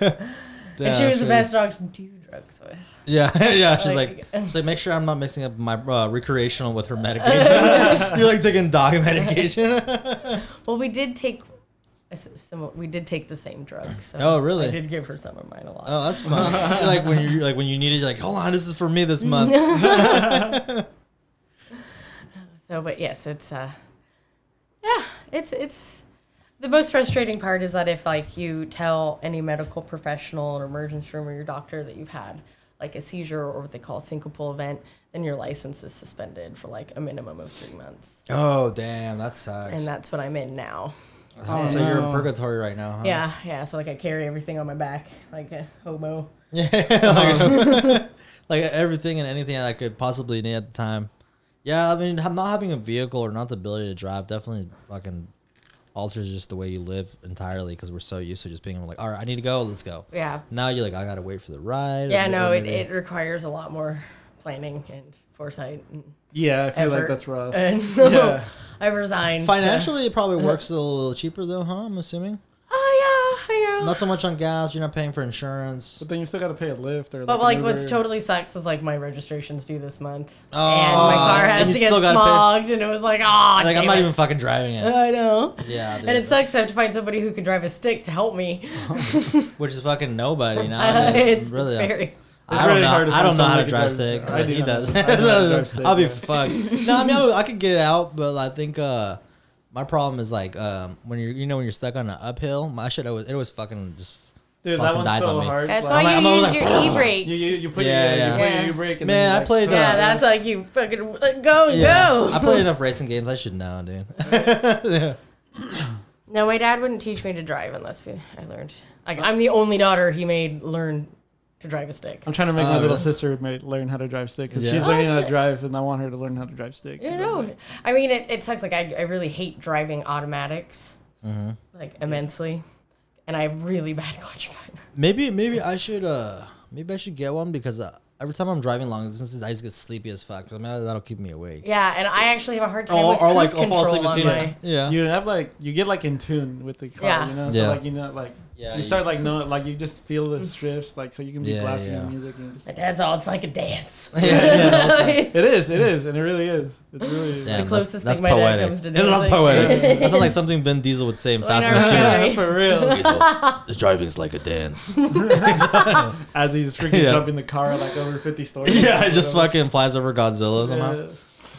[SPEAKER 1] Damn,
[SPEAKER 3] and she
[SPEAKER 1] that's
[SPEAKER 3] was
[SPEAKER 1] crazy.
[SPEAKER 3] the best dog to do drugs with.
[SPEAKER 1] Yeah, yeah. She's like,
[SPEAKER 3] Like- uh,
[SPEAKER 1] she's like, make sure I'm not mixing up my uh, recreational with her medication. You're like taking dog medication.
[SPEAKER 3] Well, we did take. a s- Similar, we did take the same drug. So
[SPEAKER 1] Oh, really?
[SPEAKER 3] I did give her some of mine a lot.
[SPEAKER 1] oh, that's fun. like when you like when you need it, you're like, hold on, this is for me this month.
[SPEAKER 3] So, but yes, it's uh, yeah, it's it's the most frustrating part is that if like you tell any medical professional or emergency room or your doctor that you've had like a seizure or what they call a syncopal event, then your license is suspended for like a minimum of three months,
[SPEAKER 1] oh, damn, that sucks.
[SPEAKER 3] and that's what I'm in now.
[SPEAKER 1] oh, so you're in purgatory right now, huh?
[SPEAKER 3] Yeah, yeah. So like I carry everything on my back like a hobo.
[SPEAKER 1] Oh. Like everything and anything I could possibly need at the time. Yeah, I mean, ha- not having a vehicle or not the ability to drive definitely fucking alters just the way you live entirely because we're so used to just being like, all right, I need to go, let's go.
[SPEAKER 3] Yeah,
[SPEAKER 1] Now you're like, I gotta wait for the ride.
[SPEAKER 3] yeah.
[SPEAKER 1] or-
[SPEAKER 3] No,
[SPEAKER 1] or
[SPEAKER 3] it,
[SPEAKER 1] maybe-
[SPEAKER 3] it requires a lot more planning and foresight. And,
[SPEAKER 2] Yeah, I feel
[SPEAKER 3] Effort.
[SPEAKER 2] like that's rough.
[SPEAKER 3] and so
[SPEAKER 2] Yeah.
[SPEAKER 3] I resigned. to- Uh-huh.
[SPEAKER 1] Financially, it probably works a little cheaper though, huh? I'm assuming.
[SPEAKER 3] Oh yeah, yeah.
[SPEAKER 1] Not so much on gas. You're not paying for insurance.
[SPEAKER 2] But then you still gotta pay a lift or.
[SPEAKER 3] But
[SPEAKER 2] like,
[SPEAKER 3] like,
[SPEAKER 2] an
[SPEAKER 3] what's
[SPEAKER 2] Uber.
[SPEAKER 3] totally sucks is like my registration's due this month,
[SPEAKER 1] Oh,
[SPEAKER 3] and my car
[SPEAKER 1] and
[SPEAKER 3] has
[SPEAKER 1] you
[SPEAKER 3] to get
[SPEAKER 1] still gotta pay-
[SPEAKER 3] smogged, and it was like, oh,
[SPEAKER 1] Like I'm not even fucking driving it.
[SPEAKER 3] I know.
[SPEAKER 1] Yeah, dude,
[SPEAKER 3] and it
[SPEAKER 1] that's-
[SPEAKER 3] sucks. I have to find somebody who can drive a stick to help me.
[SPEAKER 1] Which is fucking nobody now.
[SPEAKER 3] Uh, it's,
[SPEAKER 1] really.
[SPEAKER 3] it's very.
[SPEAKER 1] I don't
[SPEAKER 2] really
[SPEAKER 1] know.
[SPEAKER 2] hard to
[SPEAKER 1] I don't
[SPEAKER 2] find
[SPEAKER 1] know how
[SPEAKER 2] someone
[SPEAKER 1] to
[SPEAKER 2] that can
[SPEAKER 1] drive
[SPEAKER 2] drive
[SPEAKER 1] stick.
[SPEAKER 2] stick. I do
[SPEAKER 1] he
[SPEAKER 2] not know.
[SPEAKER 1] does.
[SPEAKER 2] I don't know how to drive stick,
[SPEAKER 1] I'll be
[SPEAKER 2] yeah.
[SPEAKER 1] fucked. No, I mean I, would- I could get it out, but I think uh, my problem is like um, when you're you know when you're stuck on an uphill, my shit always it was fucking just
[SPEAKER 2] Dude, that
[SPEAKER 1] Fucking
[SPEAKER 2] one's
[SPEAKER 1] dies
[SPEAKER 2] so
[SPEAKER 1] on me.
[SPEAKER 2] hard.
[SPEAKER 5] That's
[SPEAKER 2] like,
[SPEAKER 5] why
[SPEAKER 1] I'm
[SPEAKER 5] you use
[SPEAKER 1] like,
[SPEAKER 5] your
[SPEAKER 1] "Brr."
[SPEAKER 5] e brake.
[SPEAKER 2] you, you, you put yeah,
[SPEAKER 1] Yeah, yeah.
[SPEAKER 2] you put
[SPEAKER 5] Yeah.
[SPEAKER 2] your brake. and
[SPEAKER 1] Man,
[SPEAKER 2] then you
[SPEAKER 1] I
[SPEAKER 2] like,
[SPEAKER 1] played,
[SPEAKER 3] Yeah,
[SPEAKER 1] uh,
[SPEAKER 3] that's like you fucking let go, go.
[SPEAKER 1] I played enough racing games. I should know, dude.
[SPEAKER 3] No, my dad wouldn't teach me to drive unless we, I learned. Like, I'm the only daughter he made learn to drive a stick.
[SPEAKER 2] I'm trying to make
[SPEAKER 1] Oh,
[SPEAKER 2] my little
[SPEAKER 1] really?
[SPEAKER 2] sister ma- learn how to drive stick because
[SPEAKER 1] Yeah.
[SPEAKER 2] she's
[SPEAKER 1] Oh,
[SPEAKER 2] learning how
[SPEAKER 3] sick.
[SPEAKER 2] to drive, and I want her to learn how to drive stick. 'cause
[SPEAKER 3] You
[SPEAKER 2] I'm
[SPEAKER 3] know,
[SPEAKER 2] like-
[SPEAKER 3] I mean, it, it sucks. Like, I, I really hate driving automatics,
[SPEAKER 1] Mm-hmm.
[SPEAKER 3] like, immensely. And I have really bad clutch foot.
[SPEAKER 1] Maybe maybe I should uh maybe I should get one because uh, every time I'm driving long distances, I just get sleepy as fuck. I mean that'll keep me awake.
[SPEAKER 3] Yeah, and I actually have a hard time
[SPEAKER 1] Or,
[SPEAKER 3] with
[SPEAKER 1] or
[SPEAKER 3] cruise
[SPEAKER 1] like I'll
[SPEAKER 3] control
[SPEAKER 1] fall asleep
[SPEAKER 3] on
[SPEAKER 1] between
[SPEAKER 3] my.
[SPEAKER 1] it. Yeah.
[SPEAKER 2] You have like you get like in tune with the car,
[SPEAKER 3] Yeah.
[SPEAKER 2] you know. So
[SPEAKER 1] Yeah.
[SPEAKER 2] like you know like
[SPEAKER 1] Yeah,
[SPEAKER 2] you
[SPEAKER 1] you-
[SPEAKER 2] start like knowing like you just feel the shifts like so you can be
[SPEAKER 1] Yeah,
[SPEAKER 2] blasting
[SPEAKER 1] yeah.
[SPEAKER 2] your music. And just,
[SPEAKER 3] Mm. My dad's all, it's like a dance.
[SPEAKER 2] it is, it is, and it really is. It's really
[SPEAKER 1] Damn,
[SPEAKER 3] The closest
[SPEAKER 1] that's,
[SPEAKER 3] thing my
[SPEAKER 1] that's
[SPEAKER 3] dad
[SPEAKER 1] poetic.
[SPEAKER 3] comes to
[SPEAKER 1] That's not
[SPEAKER 3] dancing.
[SPEAKER 1] poetic. that sounds like something Vin Diesel would say in Fast and the
[SPEAKER 3] our-
[SPEAKER 1] Furious.
[SPEAKER 2] for
[SPEAKER 3] Sorry.
[SPEAKER 2] real.
[SPEAKER 1] The driving's like a dance.
[SPEAKER 2] As he's freaking
[SPEAKER 1] Yeah.
[SPEAKER 2] jumping the car like over fifty stories.
[SPEAKER 1] yeah,
[SPEAKER 2] or
[SPEAKER 1] it just
[SPEAKER 2] whatever.
[SPEAKER 1] fucking flies over Godzilla somehow.
[SPEAKER 2] Yeah.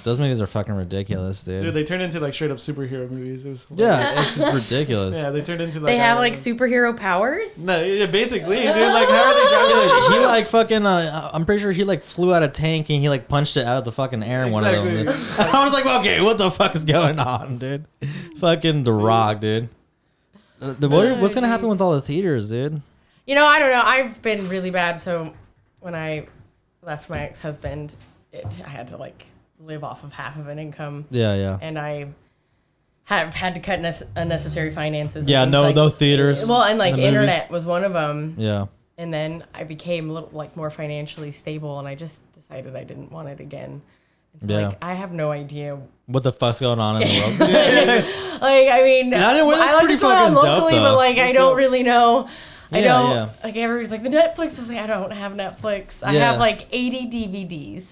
[SPEAKER 1] Those movies are fucking ridiculous, dude.
[SPEAKER 2] Dude, they turned into like straight up superhero movies. It was
[SPEAKER 1] yeah, it's just ridiculous.
[SPEAKER 2] yeah. They turned into like
[SPEAKER 3] They have,
[SPEAKER 2] I-
[SPEAKER 3] like, superhero powers?
[SPEAKER 2] no, yeah, basically, dude. Like how are they driving?
[SPEAKER 1] Dude, he like fucking. Uh, I'm pretty sure he like flew out a tank and he like punched it out of the fucking air in one of
[SPEAKER 2] Exactly.
[SPEAKER 1] them. I was like, okay, what the fuck is going on, dude? fucking The Rock, dude. Uh, The, what, what's gonna happen with all the theaters, dude?
[SPEAKER 3] You know, I don't know. I've been really bad. So when I left my ex husband, I had to like live off of half of an income,
[SPEAKER 1] Yeah, yeah.
[SPEAKER 3] and I have had to cut nes- unnecessary finances. and
[SPEAKER 1] Yeah,
[SPEAKER 3] things
[SPEAKER 1] no,
[SPEAKER 3] like- uh,
[SPEAKER 1] no theaters.
[SPEAKER 3] Well, and like
[SPEAKER 1] The movies.
[SPEAKER 3] internet was one of them,
[SPEAKER 1] yeah,
[SPEAKER 3] and then I became a little like more financially stable, and I just decided I didn't want it again. And so
[SPEAKER 1] Yeah.
[SPEAKER 3] like I have no idea.
[SPEAKER 1] what the fuck's going on in the world?
[SPEAKER 3] Like I mean,
[SPEAKER 1] I didn't- well, that's
[SPEAKER 3] like
[SPEAKER 1] pretty
[SPEAKER 3] what's going on
[SPEAKER 1] fucking dope,
[SPEAKER 3] locally, but
[SPEAKER 1] though.
[SPEAKER 3] like I
[SPEAKER 2] That's
[SPEAKER 3] don't
[SPEAKER 2] dope.
[SPEAKER 3] really know. I
[SPEAKER 1] Yeah,
[SPEAKER 3] don't
[SPEAKER 1] yeah.
[SPEAKER 3] like everybody's like the Netflix. I was like, I don't have Netflix. I
[SPEAKER 1] Yeah.
[SPEAKER 3] have like 80 DVDs.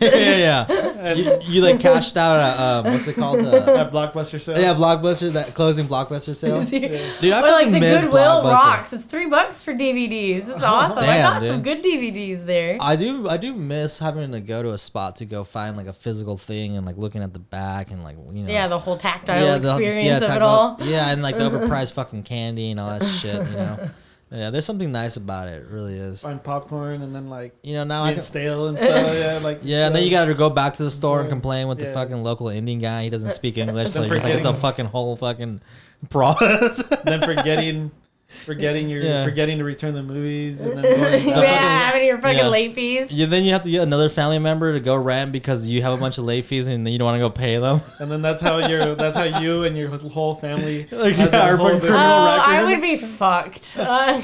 [SPEAKER 1] yeah, yeah. You, you like cashed out. A, um, what's it called? Uh,
[SPEAKER 2] that blockbuster sale.
[SPEAKER 1] yeah, blockbuster. That closing blockbuster sale. Dude, I
[SPEAKER 3] Or like
[SPEAKER 1] fucking
[SPEAKER 3] the
[SPEAKER 1] miss
[SPEAKER 3] Goodwill
[SPEAKER 1] Blockbuster. Oh,
[SPEAKER 3] rocks. It's three bucks for DVDs. It's awesome.
[SPEAKER 1] damn,
[SPEAKER 3] I got some good DVDs there.
[SPEAKER 1] I do I do miss having to go to a spot to go find like a physical thing and like looking at the back and like you know
[SPEAKER 3] yeah, the whole tactile
[SPEAKER 1] the-
[SPEAKER 3] experience
[SPEAKER 1] yeah,
[SPEAKER 3] of
[SPEAKER 1] talk
[SPEAKER 3] it
[SPEAKER 1] about-
[SPEAKER 3] all.
[SPEAKER 1] yeah and like the overpriced fucking candy and all that shit you know yeah there's something nice about it, it really is
[SPEAKER 2] Find popcorn and then like
[SPEAKER 1] you know now I
[SPEAKER 2] get
[SPEAKER 1] can,
[SPEAKER 2] stale and stuff. Yeah, like
[SPEAKER 1] yeah and then you got to go back to the store and
[SPEAKER 2] Yeah.
[SPEAKER 1] complain with the
[SPEAKER 2] Yeah.
[SPEAKER 1] fucking local Indian guy he doesn't speak English so
[SPEAKER 2] Don't
[SPEAKER 1] you're just like it's
[SPEAKER 2] forget-
[SPEAKER 1] a fucking whole fucking process
[SPEAKER 2] then forgetting, forgetting your
[SPEAKER 1] Yeah.
[SPEAKER 2] forgetting to return the movies and then going
[SPEAKER 3] Yeah,
[SPEAKER 2] back.
[SPEAKER 3] having your fucking
[SPEAKER 1] yeah.
[SPEAKER 3] late fees.
[SPEAKER 1] yeah, then you have to get another family member to go rent because you have a bunch of late fees and then you don't want to go pay them
[SPEAKER 2] and then that's how your that's how you and your whole family
[SPEAKER 1] Like,
[SPEAKER 2] as a
[SPEAKER 1] yeah, our
[SPEAKER 2] whole
[SPEAKER 1] fucking
[SPEAKER 2] do-
[SPEAKER 3] Oh,
[SPEAKER 1] criminal record.
[SPEAKER 3] I would be fucked. Uh,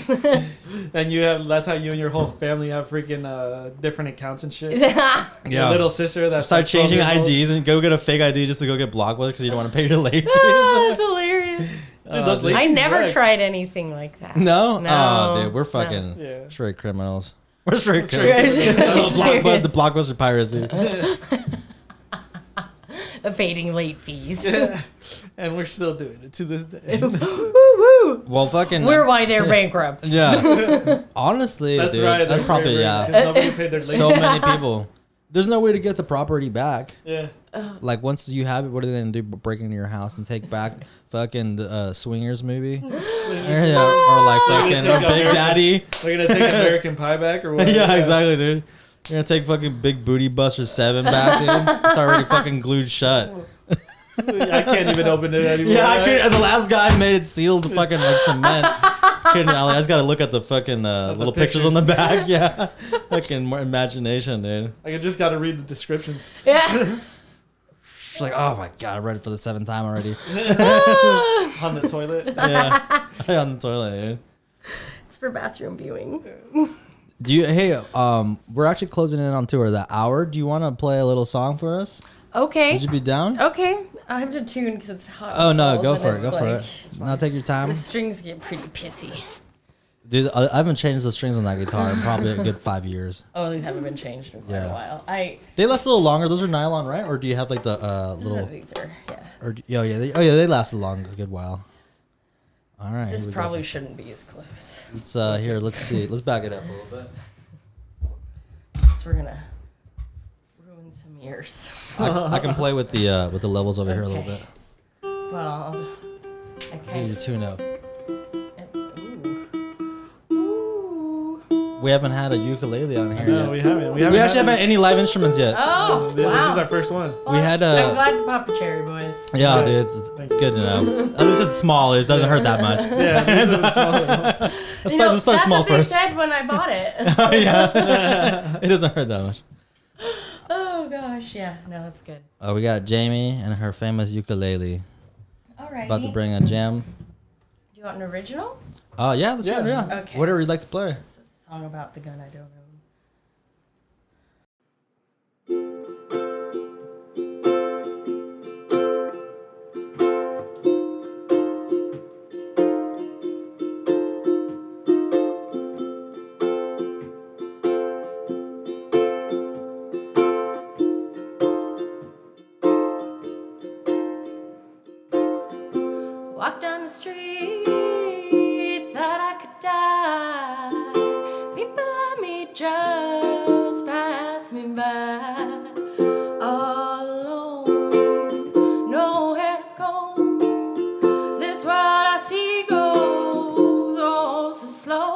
[SPEAKER 2] and you have that's how you and your whole family have freaking uh, different accounts and shit. Your
[SPEAKER 1] yeah
[SPEAKER 2] little sister that's
[SPEAKER 1] Start
[SPEAKER 2] like 12
[SPEAKER 1] changing
[SPEAKER 2] years old.
[SPEAKER 1] IDs and go get a fake ID just to go get Blockbuster because you don't want to pay your late fees.
[SPEAKER 3] that's hilarious.
[SPEAKER 2] Dude, those
[SPEAKER 1] Oh,
[SPEAKER 2] ladies
[SPEAKER 3] I never
[SPEAKER 2] wreck.
[SPEAKER 3] tried anything like that.
[SPEAKER 1] no?
[SPEAKER 3] No.
[SPEAKER 1] Oh, dude, we're
[SPEAKER 3] No.
[SPEAKER 1] fucking
[SPEAKER 2] Yeah.
[SPEAKER 1] straight criminals. We're straight
[SPEAKER 3] Are you
[SPEAKER 1] criminals.
[SPEAKER 3] serious?
[SPEAKER 1] Blockbuster, the Blockbuster piracy.
[SPEAKER 3] Evading late fees.
[SPEAKER 2] and we're still doing it to this day.
[SPEAKER 3] woo woo.
[SPEAKER 1] Well, fucking.
[SPEAKER 3] We're why they're bankrupt.
[SPEAKER 1] yeah. Honestly,
[SPEAKER 2] That's
[SPEAKER 1] dude,
[SPEAKER 2] right.
[SPEAKER 1] that's
[SPEAKER 2] they're
[SPEAKER 1] probably
[SPEAKER 2] favorite,
[SPEAKER 1] yeah.
[SPEAKER 2] 'cause Nobody paid their late.
[SPEAKER 1] So many people. There's no way to get the property back.
[SPEAKER 2] yeah.
[SPEAKER 1] Like once you have it, what are they gonna do? but Break into your house and take back fucking the uh, swingers movie, or, yeah, or like fucking
[SPEAKER 2] take
[SPEAKER 1] or
[SPEAKER 2] out
[SPEAKER 1] Big
[SPEAKER 2] American-
[SPEAKER 1] Daddy.
[SPEAKER 2] They're gonna take American Pie back or what?
[SPEAKER 1] yeah, exactly, dude. You're gonna take fucking Big Booty Buster Seven back, dude. It's already fucking glued shut.
[SPEAKER 2] I can't even open it anymore.
[SPEAKER 1] Yeah, I
[SPEAKER 2] right?
[SPEAKER 1] could. And the last guy made it sealed, fucking like cement. Couldn't. I just gotta look at the fucking uh,
[SPEAKER 2] the
[SPEAKER 1] little pictures. on the back. Yeah, fucking more imagination, dude.
[SPEAKER 2] Like, I just got to read the descriptions.
[SPEAKER 3] Yeah.
[SPEAKER 1] It's like, oh my god, I read it for the seventh time already.
[SPEAKER 2] on the toilet.
[SPEAKER 1] Yeah, on the toilet, dude.
[SPEAKER 3] it's for bathroom viewing.
[SPEAKER 1] Do you? Hey, um, we're actually closing in on tour the hour. Do you want to play a little song for us? Would
[SPEAKER 3] Okay.
[SPEAKER 1] you be down?
[SPEAKER 3] Okay. I have to tune because it's hot.
[SPEAKER 1] Oh no,
[SPEAKER 3] Falls
[SPEAKER 1] go
[SPEAKER 3] and
[SPEAKER 1] for it,
[SPEAKER 3] it's
[SPEAKER 1] go for
[SPEAKER 3] like-
[SPEAKER 1] it. Now take your time.
[SPEAKER 3] The strings get pretty pissy.
[SPEAKER 1] Dude, I, I haven't changed the strings on that guitar in probably a good five years.
[SPEAKER 3] Oh, these haven't been changed in quite
[SPEAKER 1] Yeah.
[SPEAKER 3] a while. I
[SPEAKER 1] They last a little longer. Those are nylon, right? Or do you have like the uh, little?
[SPEAKER 3] these are yeah.
[SPEAKER 1] Or do- oh yeah, they, oh yeah, they last a long, a good while. All right.
[SPEAKER 3] This
[SPEAKER 1] here we go.
[SPEAKER 3] probably shouldn't be as close.
[SPEAKER 1] Let's uh, here. Let's see. Let's back it up a little bit.
[SPEAKER 3] else we're gonna ruin some ears.
[SPEAKER 1] I, I can play with the uh, with the levels over here a little
[SPEAKER 3] Okay.
[SPEAKER 1] bit.
[SPEAKER 3] Well, okay. Uh,
[SPEAKER 1] Do your tune up.
[SPEAKER 3] Ooh. Ooh.
[SPEAKER 1] We haven't had a ukulele on here
[SPEAKER 2] No,
[SPEAKER 1] yet.
[SPEAKER 2] we
[SPEAKER 1] We,
[SPEAKER 2] haven't. We, haven't
[SPEAKER 1] actually
[SPEAKER 2] had-
[SPEAKER 1] haven't any live instruments yet.
[SPEAKER 3] Oh,
[SPEAKER 2] This
[SPEAKER 3] wow.
[SPEAKER 2] is our first one.
[SPEAKER 1] we had uh, a-
[SPEAKER 3] Well, I'm glad to pop a cherry, boys.
[SPEAKER 1] yeah, dude, it's, it's, it's good to know. At least it's small. It doesn't hurt that much.
[SPEAKER 2] Yeah, this is a small one.
[SPEAKER 1] Let's
[SPEAKER 3] You
[SPEAKER 1] start,
[SPEAKER 3] know,
[SPEAKER 1] let's start
[SPEAKER 3] that's
[SPEAKER 1] small
[SPEAKER 3] what they
[SPEAKER 1] first. Oh,
[SPEAKER 3] said when I bought it.
[SPEAKER 1] yeah, it doesn't hurt that much.
[SPEAKER 3] oh gosh, yeah. No, it's good.
[SPEAKER 1] Uh, we got Jamie and her famous ukulele.
[SPEAKER 3] All right.
[SPEAKER 1] About to
[SPEAKER 3] Do
[SPEAKER 1] bring a jam.
[SPEAKER 3] you want an original?
[SPEAKER 1] Uh, yeah, let's hear it.
[SPEAKER 2] Yeah.
[SPEAKER 1] Yeah.
[SPEAKER 3] Okay.
[SPEAKER 1] Whatever you'd like to play.
[SPEAKER 3] This is a song about the gun I don't own. Walk down the street, thought I could die. People let me just pass me by. All alone, nowhere to go. This world I see goes oh so slow.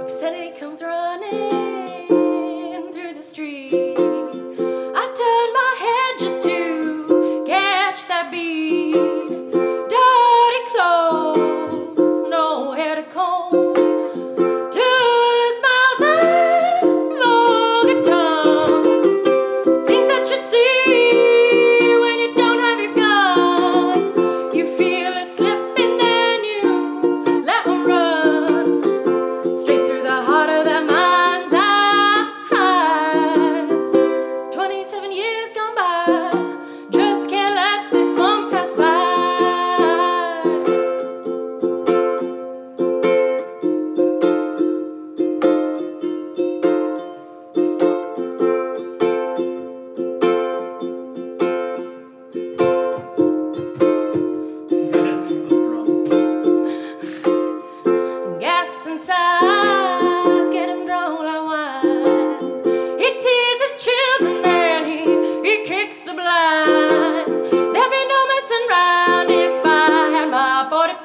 [SPEAKER 3] Obscenity comes running through the street. I turn my head just to catch that beat. Dirty clothes, nowhere to comb. Toothless mouth and vulgar tongue. Things that you see when you don't have your gun. You feel it slipping and you let 'em run straight through the heart of that mind's eye. 27 years gone by, just can't let this one pass by. gasps and sighs, get him drunk like wine. He teases children and he, he kicks the blind. There'd be no messing round if I had my 45.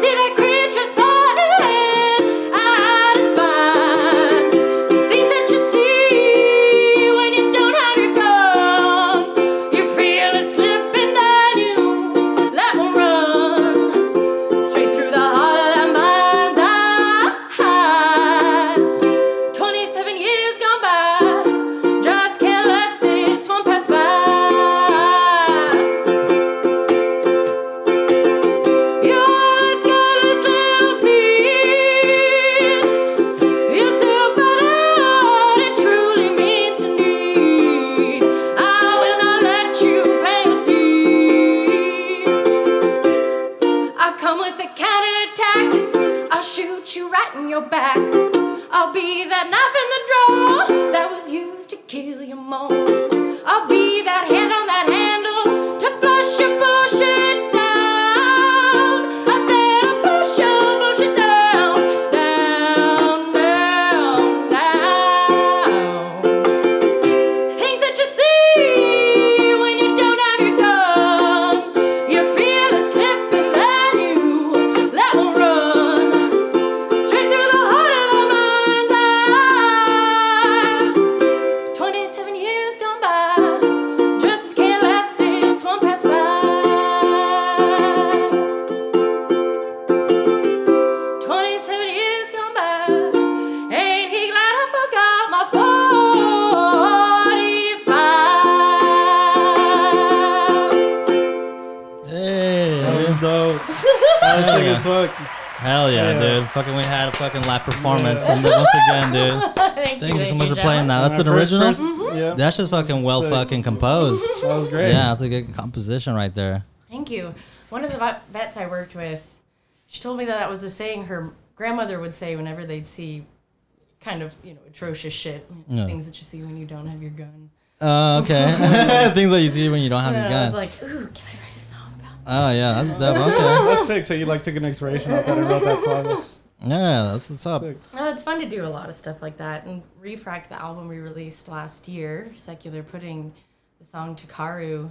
[SPEAKER 3] See that creature's falling out of spine. Things that you see when you don't have your gun. You feel it slipping down you, let 'em run straight through the heart of that mind's eye. 27 years gone by, just can't let this one pass by. You always got this little feeling. You're so proud it truly means to need. I will not let you paint the scene. I'll come with a counterattack. I'll shoot you right in your back. I'll be that knife in the drawer that was used to kill your mom. I'll be that hand on that handle to flush your bullshit down. I said I'll flush your bullshit down, down, down, down. Things that you see when you don't have your gun. You feel it slipping and you let one run. Straight through the heart of a mind's eye. 27 years gone by. Just can't let this one pass by. 27 years gone by. Ain't he glad I forgot my 45?
[SPEAKER 1] Hey.
[SPEAKER 2] That was dope. That was sick
[SPEAKER 1] Yeah.
[SPEAKER 2] as fuck.
[SPEAKER 1] Hell yeah,
[SPEAKER 2] Yeah.
[SPEAKER 1] dude. Fucking we had a fucking live performance. And then once again, dude.
[SPEAKER 3] Thank,
[SPEAKER 1] Thank you so
[SPEAKER 3] thank
[SPEAKER 1] much for playing
[SPEAKER 3] gentlemen.
[SPEAKER 1] that. That's
[SPEAKER 2] When
[SPEAKER 1] an
[SPEAKER 2] I first-
[SPEAKER 1] original.
[SPEAKER 2] first-
[SPEAKER 3] Mm-hmm.
[SPEAKER 2] Yeah, that
[SPEAKER 1] That's just fucking well
[SPEAKER 2] Sick.
[SPEAKER 1] fucking composed.
[SPEAKER 2] was great.
[SPEAKER 1] Yeah, that's a good composition right there.
[SPEAKER 3] Thank you. One of the vet- vets I worked with, She told me that that was a saying her grandmother would say whenever they'd see kind of, you know, atrocious shit, you know,
[SPEAKER 1] Yeah.
[SPEAKER 3] things that you see when you don't have your gun.
[SPEAKER 1] Uh, okay. Things that you see when you don't have
[SPEAKER 3] And
[SPEAKER 1] your
[SPEAKER 3] I was
[SPEAKER 1] gun.
[SPEAKER 3] like, ooh, can I write a song about that?
[SPEAKER 1] oh yeah, that's dope. Okay.
[SPEAKER 2] That's sick. So you like took an inspiration off that and wrote that song. That's
[SPEAKER 1] Yeah, that's what's up.
[SPEAKER 2] sick.
[SPEAKER 3] No, it's fun to do a lot of stuff like that. And Refract, the album we released last year, Secular Pudding, the song Takaru,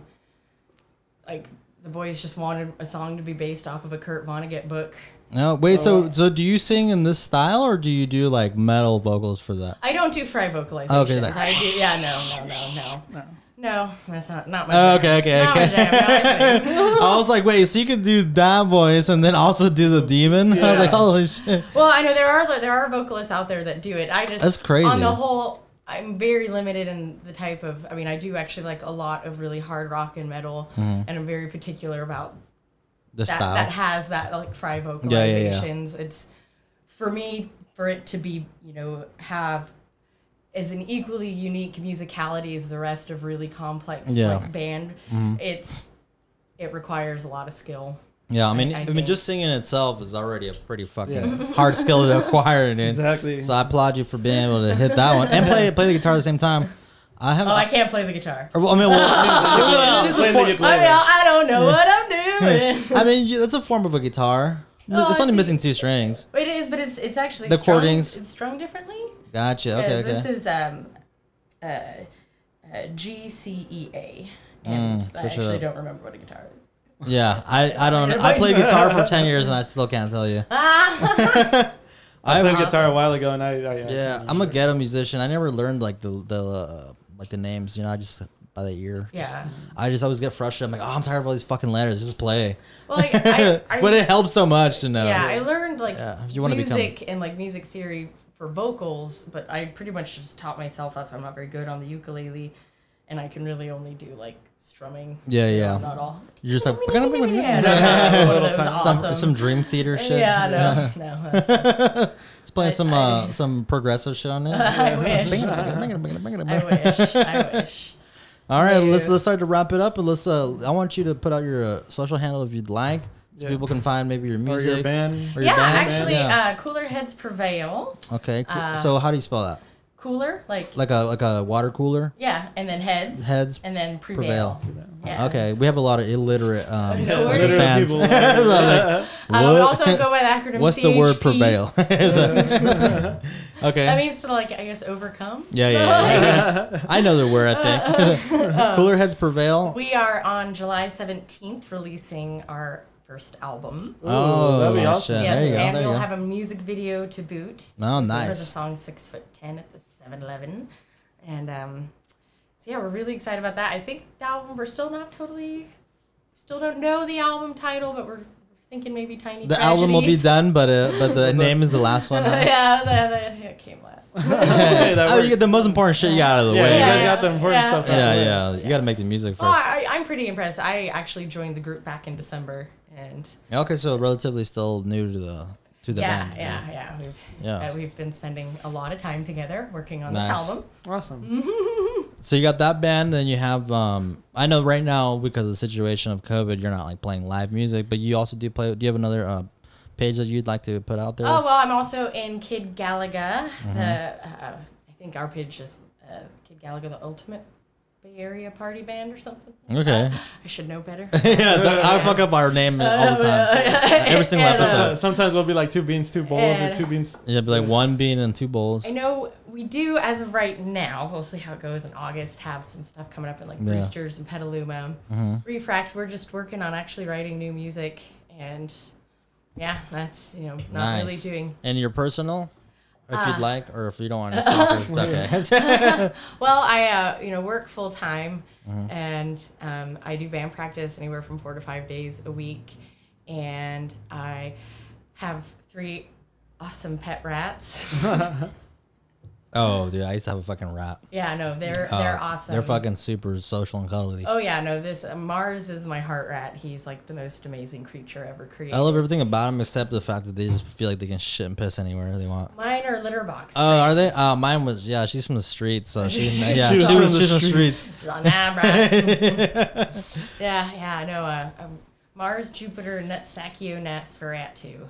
[SPEAKER 3] like the boys just wanted a song to be based off of a Kurt Vonnegut book.
[SPEAKER 1] No, wait. So,
[SPEAKER 2] Oh.
[SPEAKER 1] so do you sing in this style, or do you do like metal vocals for that?
[SPEAKER 3] I don't do fry vocalizations.
[SPEAKER 1] Okay, there.
[SPEAKER 3] I do, yeah, no, no, no, no. No, that's not, not my
[SPEAKER 1] Oh,
[SPEAKER 3] jam.
[SPEAKER 1] okay, okay,
[SPEAKER 3] Not my
[SPEAKER 1] okay.
[SPEAKER 3] jam, not my thing.
[SPEAKER 1] I was like, wait, so you could do that voice and then also do the demon? I was like,
[SPEAKER 2] Yeah.
[SPEAKER 1] holy shit.
[SPEAKER 3] Well, I know there are there are vocalists out there that do it. I just
[SPEAKER 1] That's crazy.
[SPEAKER 3] On the whole, I'm very limited in the type of. I mean, I do actually like a lot of really hard rock and metal, and I'm very particular about
[SPEAKER 1] The
[SPEAKER 3] that.
[SPEAKER 1] Mm-hmm. style.
[SPEAKER 3] That has that like fry vocalizations.
[SPEAKER 1] Yeah, yeah, yeah.
[SPEAKER 3] It's for me for it to be you know have is an equally unique musicality as the rest of really complex
[SPEAKER 1] Yeah. Mm-hmm.
[SPEAKER 3] like band. It's it requires a lot of skill.
[SPEAKER 1] yeah, I mean,
[SPEAKER 3] I-
[SPEAKER 1] I,
[SPEAKER 3] I
[SPEAKER 1] mean,
[SPEAKER 3] think-
[SPEAKER 1] just singing itself is already a pretty fucking
[SPEAKER 2] Yeah.
[SPEAKER 1] hard skill to acquire. Dude.
[SPEAKER 2] Exactly.
[SPEAKER 1] So I applaud you for being able to hit that one and play play the guitar at the same time. I haven't.
[SPEAKER 3] Oh, I can't play the guitar.
[SPEAKER 1] I, mean, well, it is a
[SPEAKER 2] Playing the
[SPEAKER 1] form.
[SPEAKER 3] I, mean,
[SPEAKER 2] ukulele.
[SPEAKER 3] I don't know what I'm doing.
[SPEAKER 1] I mean, you- it's a form of a guitar.
[SPEAKER 3] No,
[SPEAKER 1] it's
[SPEAKER 3] I
[SPEAKER 1] only
[SPEAKER 3] see.
[SPEAKER 1] missing two strings.
[SPEAKER 3] It is, but it's it's actually
[SPEAKER 1] The
[SPEAKER 3] strung,
[SPEAKER 1] chordings.
[SPEAKER 3] It's strung differently.
[SPEAKER 1] Gotcha. Okay.
[SPEAKER 3] Because
[SPEAKER 1] Okay.
[SPEAKER 3] This is um, uh, uh, G C E A, and
[SPEAKER 1] Mm,
[SPEAKER 3] I
[SPEAKER 1] so shut
[SPEAKER 3] actually
[SPEAKER 1] up.
[SPEAKER 3] don't remember what a guitar is.
[SPEAKER 1] Yeah, I, I don't know. I played guitar for 10 years and I still can't tell you.
[SPEAKER 3] Ah,
[SPEAKER 2] I played
[SPEAKER 1] I'm,
[SPEAKER 2] guitar a while ago, and I, I, uh, I
[SPEAKER 1] yeah, I'm a ghetto musician. I never learned like the the uh, like the names, you know, I just by the ear. Just-
[SPEAKER 3] yeah.
[SPEAKER 1] I just always get frustrated. I'm like, "Oh, I'm tired of all these fucking letters. Just play."
[SPEAKER 3] Well, like, I, I,
[SPEAKER 1] but it helps so much to know.
[SPEAKER 3] yeah, I learned like
[SPEAKER 1] Yeah, if you wanna become-
[SPEAKER 3] music and like music theory for vocals, but I pretty much just taught myself. That's why I'm not very good on the ukulele, and I can really only do like strumming.
[SPEAKER 1] Yeah,
[SPEAKER 3] you know,
[SPEAKER 1] yeah.
[SPEAKER 3] Not all.
[SPEAKER 1] You're just like
[SPEAKER 3] Yeah, no, no, no, that was
[SPEAKER 1] some
[SPEAKER 3] awesome.
[SPEAKER 1] some dream theater shit.
[SPEAKER 3] Yeah, no, no. that's- that's-
[SPEAKER 1] Just playing
[SPEAKER 3] I-
[SPEAKER 1] some
[SPEAKER 3] I-
[SPEAKER 1] uh, some progressive shit on it.
[SPEAKER 3] I wish. I wish. I wish.
[SPEAKER 1] All right, let's
[SPEAKER 3] Yeah.
[SPEAKER 1] let's start to wrap it up, and let's. Uh, I want you to put out your uh, social handle if you'd like, so
[SPEAKER 2] Yeah.
[SPEAKER 1] people can find maybe your
[SPEAKER 2] or
[SPEAKER 1] music
[SPEAKER 2] your band.
[SPEAKER 1] or your
[SPEAKER 3] yeah,
[SPEAKER 1] band.
[SPEAKER 3] actually,
[SPEAKER 1] Yeah.
[SPEAKER 3] Uh, cooler heads prevail.
[SPEAKER 1] okay. Cool.
[SPEAKER 3] uh,
[SPEAKER 1] so how do you spell that?
[SPEAKER 3] Cooler, like,
[SPEAKER 1] Like a like a water cooler
[SPEAKER 3] yeah, and then heads,
[SPEAKER 1] heads.
[SPEAKER 3] and then prevail. Yeah.
[SPEAKER 1] Okay, we have a lot of illiterate um,
[SPEAKER 3] No worries.
[SPEAKER 1] fucking fans.
[SPEAKER 2] People.
[SPEAKER 1] So I'm like,
[SPEAKER 3] I would
[SPEAKER 1] what-
[SPEAKER 3] also go by the acronym.
[SPEAKER 1] What's the word
[SPEAKER 3] CHP.
[SPEAKER 1] prevail? Is it- okay.
[SPEAKER 3] That means to like, I guess, overcome.
[SPEAKER 1] yeah, yeah, yeah, yeah. I know the word. I think cooler heads prevail.
[SPEAKER 3] Uh, We are on July seventeenth releasing our first album.
[SPEAKER 1] oh,
[SPEAKER 2] that'd be awesome.
[SPEAKER 1] shit.
[SPEAKER 3] yes,
[SPEAKER 1] there you go.
[SPEAKER 3] and
[SPEAKER 1] there you
[SPEAKER 3] we'll
[SPEAKER 1] go.
[SPEAKER 3] have a music video to boot.
[SPEAKER 1] oh,
[SPEAKER 3] for the
[SPEAKER 1] nice.
[SPEAKER 3] song Six Foot Ten at the 7 Eleven. And um, so, yeah, we're really excited about that. I think the album, we're still not totally, still don't know the album title, but we're thinking maybe Tiny
[SPEAKER 1] The album will be
[SPEAKER 3] Tragedies.
[SPEAKER 1] done, but uh, but the name is the last one. huh?
[SPEAKER 3] yeah, the, the, it came last.
[SPEAKER 2] Hey, that
[SPEAKER 1] oh, you
[SPEAKER 2] worked.
[SPEAKER 1] get the most important shit you got out of the
[SPEAKER 2] Yeah,
[SPEAKER 1] way.
[SPEAKER 2] you
[SPEAKER 3] Yeah,
[SPEAKER 2] guys
[SPEAKER 3] yeah,
[SPEAKER 2] got the important
[SPEAKER 3] yeah.
[SPEAKER 2] stuff. out
[SPEAKER 1] yeah,
[SPEAKER 2] of the way.
[SPEAKER 1] yeah, You got to make the music
[SPEAKER 3] Oh,
[SPEAKER 1] first.
[SPEAKER 3] I, I'm pretty impressed. I actually joined the group back in December. And
[SPEAKER 1] Okay, so relatively still new to the to the
[SPEAKER 3] yeah,
[SPEAKER 1] band.
[SPEAKER 3] yeah, yeah, We've,
[SPEAKER 1] Yeah. Oh.
[SPEAKER 3] uh, we've been spending a lot of time together working on
[SPEAKER 1] Nice.
[SPEAKER 3] this album.
[SPEAKER 2] Awesome.
[SPEAKER 1] So you got that band, then you have um. I know right now because of the situation of COVID, you're not like playing live music, but you also do play. Do you have another uh, page that you'd like to put out there?
[SPEAKER 3] Oh well, I'm also in Kid Galaga.
[SPEAKER 1] Mm-hmm.
[SPEAKER 3] The uh, I think our pitch is uh, Kid Galaga, the ultimate Bay Area party band or something.
[SPEAKER 1] okay.
[SPEAKER 3] I should know better.
[SPEAKER 1] yeah, th- I fuck up our name all the time. Every single
[SPEAKER 3] And, uh,
[SPEAKER 1] episode.
[SPEAKER 2] So sometimes we'll be like two beans, two bowls,
[SPEAKER 3] Yeah.
[SPEAKER 2] or two beans.
[SPEAKER 1] Yeah, be like one bean and two bowls.
[SPEAKER 3] I know we do as of right now. We'll see how it goes in August. Have some stuff coming up in like
[SPEAKER 1] Yeah. Mm-hmm.
[SPEAKER 3] Brewsters and Petaluma. Refract. We're just working on actually writing new music and. Yeah, that's you know
[SPEAKER 1] Nice.
[SPEAKER 3] not really doing
[SPEAKER 1] And your personal, if
[SPEAKER 3] Uh.
[SPEAKER 1] you'd like, or if you don't want to stop, it's okay.
[SPEAKER 3] Well, I uh, you know work full time, and um, I do band practice anywhere from four to five days a week, and I have three awesome pet rats.
[SPEAKER 1] Oh, dude, I used to have a fucking rat.
[SPEAKER 3] yeah, no, they're
[SPEAKER 1] Oh,
[SPEAKER 3] they're awesome.
[SPEAKER 1] They're fucking super social and cuddly.
[SPEAKER 3] Oh yeah, no, this uh, Mars is my heart rat. He's like the most amazing creature ever created.
[SPEAKER 1] I love everything about them except the fact that they just feel like they can shit and piss anywhere they want.
[SPEAKER 3] Mine are litter box.
[SPEAKER 1] Oh, are they? Uh, mine was yeah. She's from the streets, so she's yeah.
[SPEAKER 2] She was
[SPEAKER 1] she
[SPEAKER 2] from
[SPEAKER 1] was
[SPEAKER 2] the
[SPEAKER 1] she's from the streets.
[SPEAKER 3] Lanabra. yeah, yeah, no, uh, um, Mars, Jupiter, Nutsacchio, Natsferatu.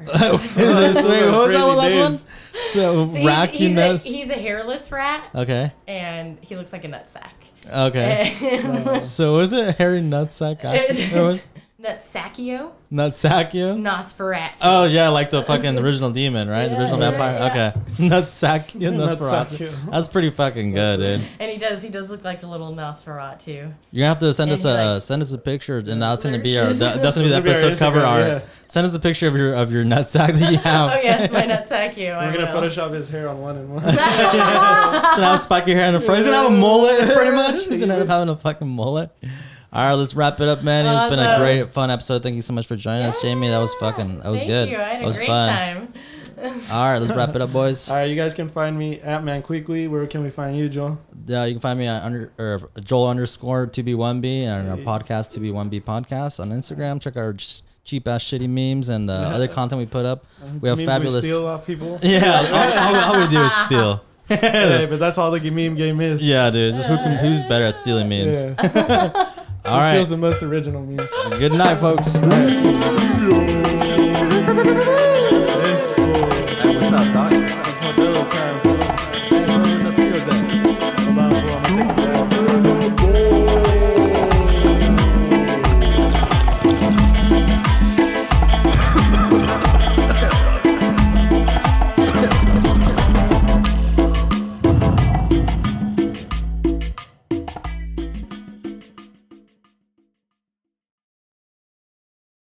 [SPEAKER 1] Wait, what was that
[SPEAKER 2] Crazy
[SPEAKER 1] one last
[SPEAKER 2] names.
[SPEAKER 1] one? So,
[SPEAKER 3] So he's, he's, a,
[SPEAKER 1] Racunus.
[SPEAKER 3] he's a hairless rat,
[SPEAKER 1] Okay.
[SPEAKER 3] and he looks like a nutsack.
[SPEAKER 1] Okay. So is it Harry Nutsack?
[SPEAKER 3] It's Nutsacchio,
[SPEAKER 1] Nutsacchio?
[SPEAKER 3] Nosferatu.
[SPEAKER 1] Oh yeah, like the fucking original demon, right? the
[SPEAKER 3] Yeah,
[SPEAKER 1] original
[SPEAKER 3] yeah,
[SPEAKER 1] vampire.
[SPEAKER 3] yeah.
[SPEAKER 1] Okay, Nutsacchio, Nosferatu.
[SPEAKER 2] Nutsacchio.
[SPEAKER 1] That's pretty fucking good, dude.
[SPEAKER 3] And he does. He does look like the little Nosferatu.
[SPEAKER 1] You're gonna have to send
[SPEAKER 3] And
[SPEAKER 1] us a
[SPEAKER 3] he's like-
[SPEAKER 1] send us a picture, and that's gonna be our that, that's gonna be
[SPEAKER 2] That's gonna
[SPEAKER 1] the
[SPEAKER 2] be our
[SPEAKER 1] episode cover
[SPEAKER 2] Instagram,
[SPEAKER 1] art.
[SPEAKER 2] yeah.
[SPEAKER 1] Send us a picture of your of your nutsack that you have.
[SPEAKER 3] Oh yes, my Nutsacchio.
[SPEAKER 2] We're
[SPEAKER 3] I
[SPEAKER 2] gonna
[SPEAKER 3] will.
[SPEAKER 2] Photoshop his hair on one and one.
[SPEAKER 1] He's gonna have spiky hair in the front. He's gonna have a mullet, pretty much. He's gonna end up having a fucking mullet. All right, let's wrap it up, man. It's been a
[SPEAKER 3] Awesome.
[SPEAKER 1] great, fun episode. Thank you so much for joining us, Jamie. That was fucking, that was
[SPEAKER 3] Thank
[SPEAKER 1] good.
[SPEAKER 3] you. I had
[SPEAKER 1] that
[SPEAKER 3] a
[SPEAKER 1] was
[SPEAKER 3] great
[SPEAKER 1] fun.
[SPEAKER 3] time.
[SPEAKER 1] All right, let's wrap it up, boys.
[SPEAKER 2] All right, you guys can find me at Manquiqui. Where can we find you, Joel?
[SPEAKER 1] Yeah, you can find me at under or Joel underscore to be one b and our
[SPEAKER 2] Hey.
[SPEAKER 1] podcast to be one b podcast on Instagram. Check our cheap ass shitty memes and the other content we put up. We have
[SPEAKER 2] Uh, Memes
[SPEAKER 1] fabulous.
[SPEAKER 2] We steal off people.
[SPEAKER 1] Yeah, all, all- all we do is steal.
[SPEAKER 2] hey, but that's all the meme game is.
[SPEAKER 1] Yeah, dude. It's just who can, who's better at stealing memes.
[SPEAKER 2] Yeah.
[SPEAKER 1] All
[SPEAKER 2] Who steals
[SPEAKER 1] right.
[SPEAKER 2] the most original memes?
[SPEAKER 1] Good night, folks.
[SPEAKER 2] All right.
[SPEAKER 5] Thank you.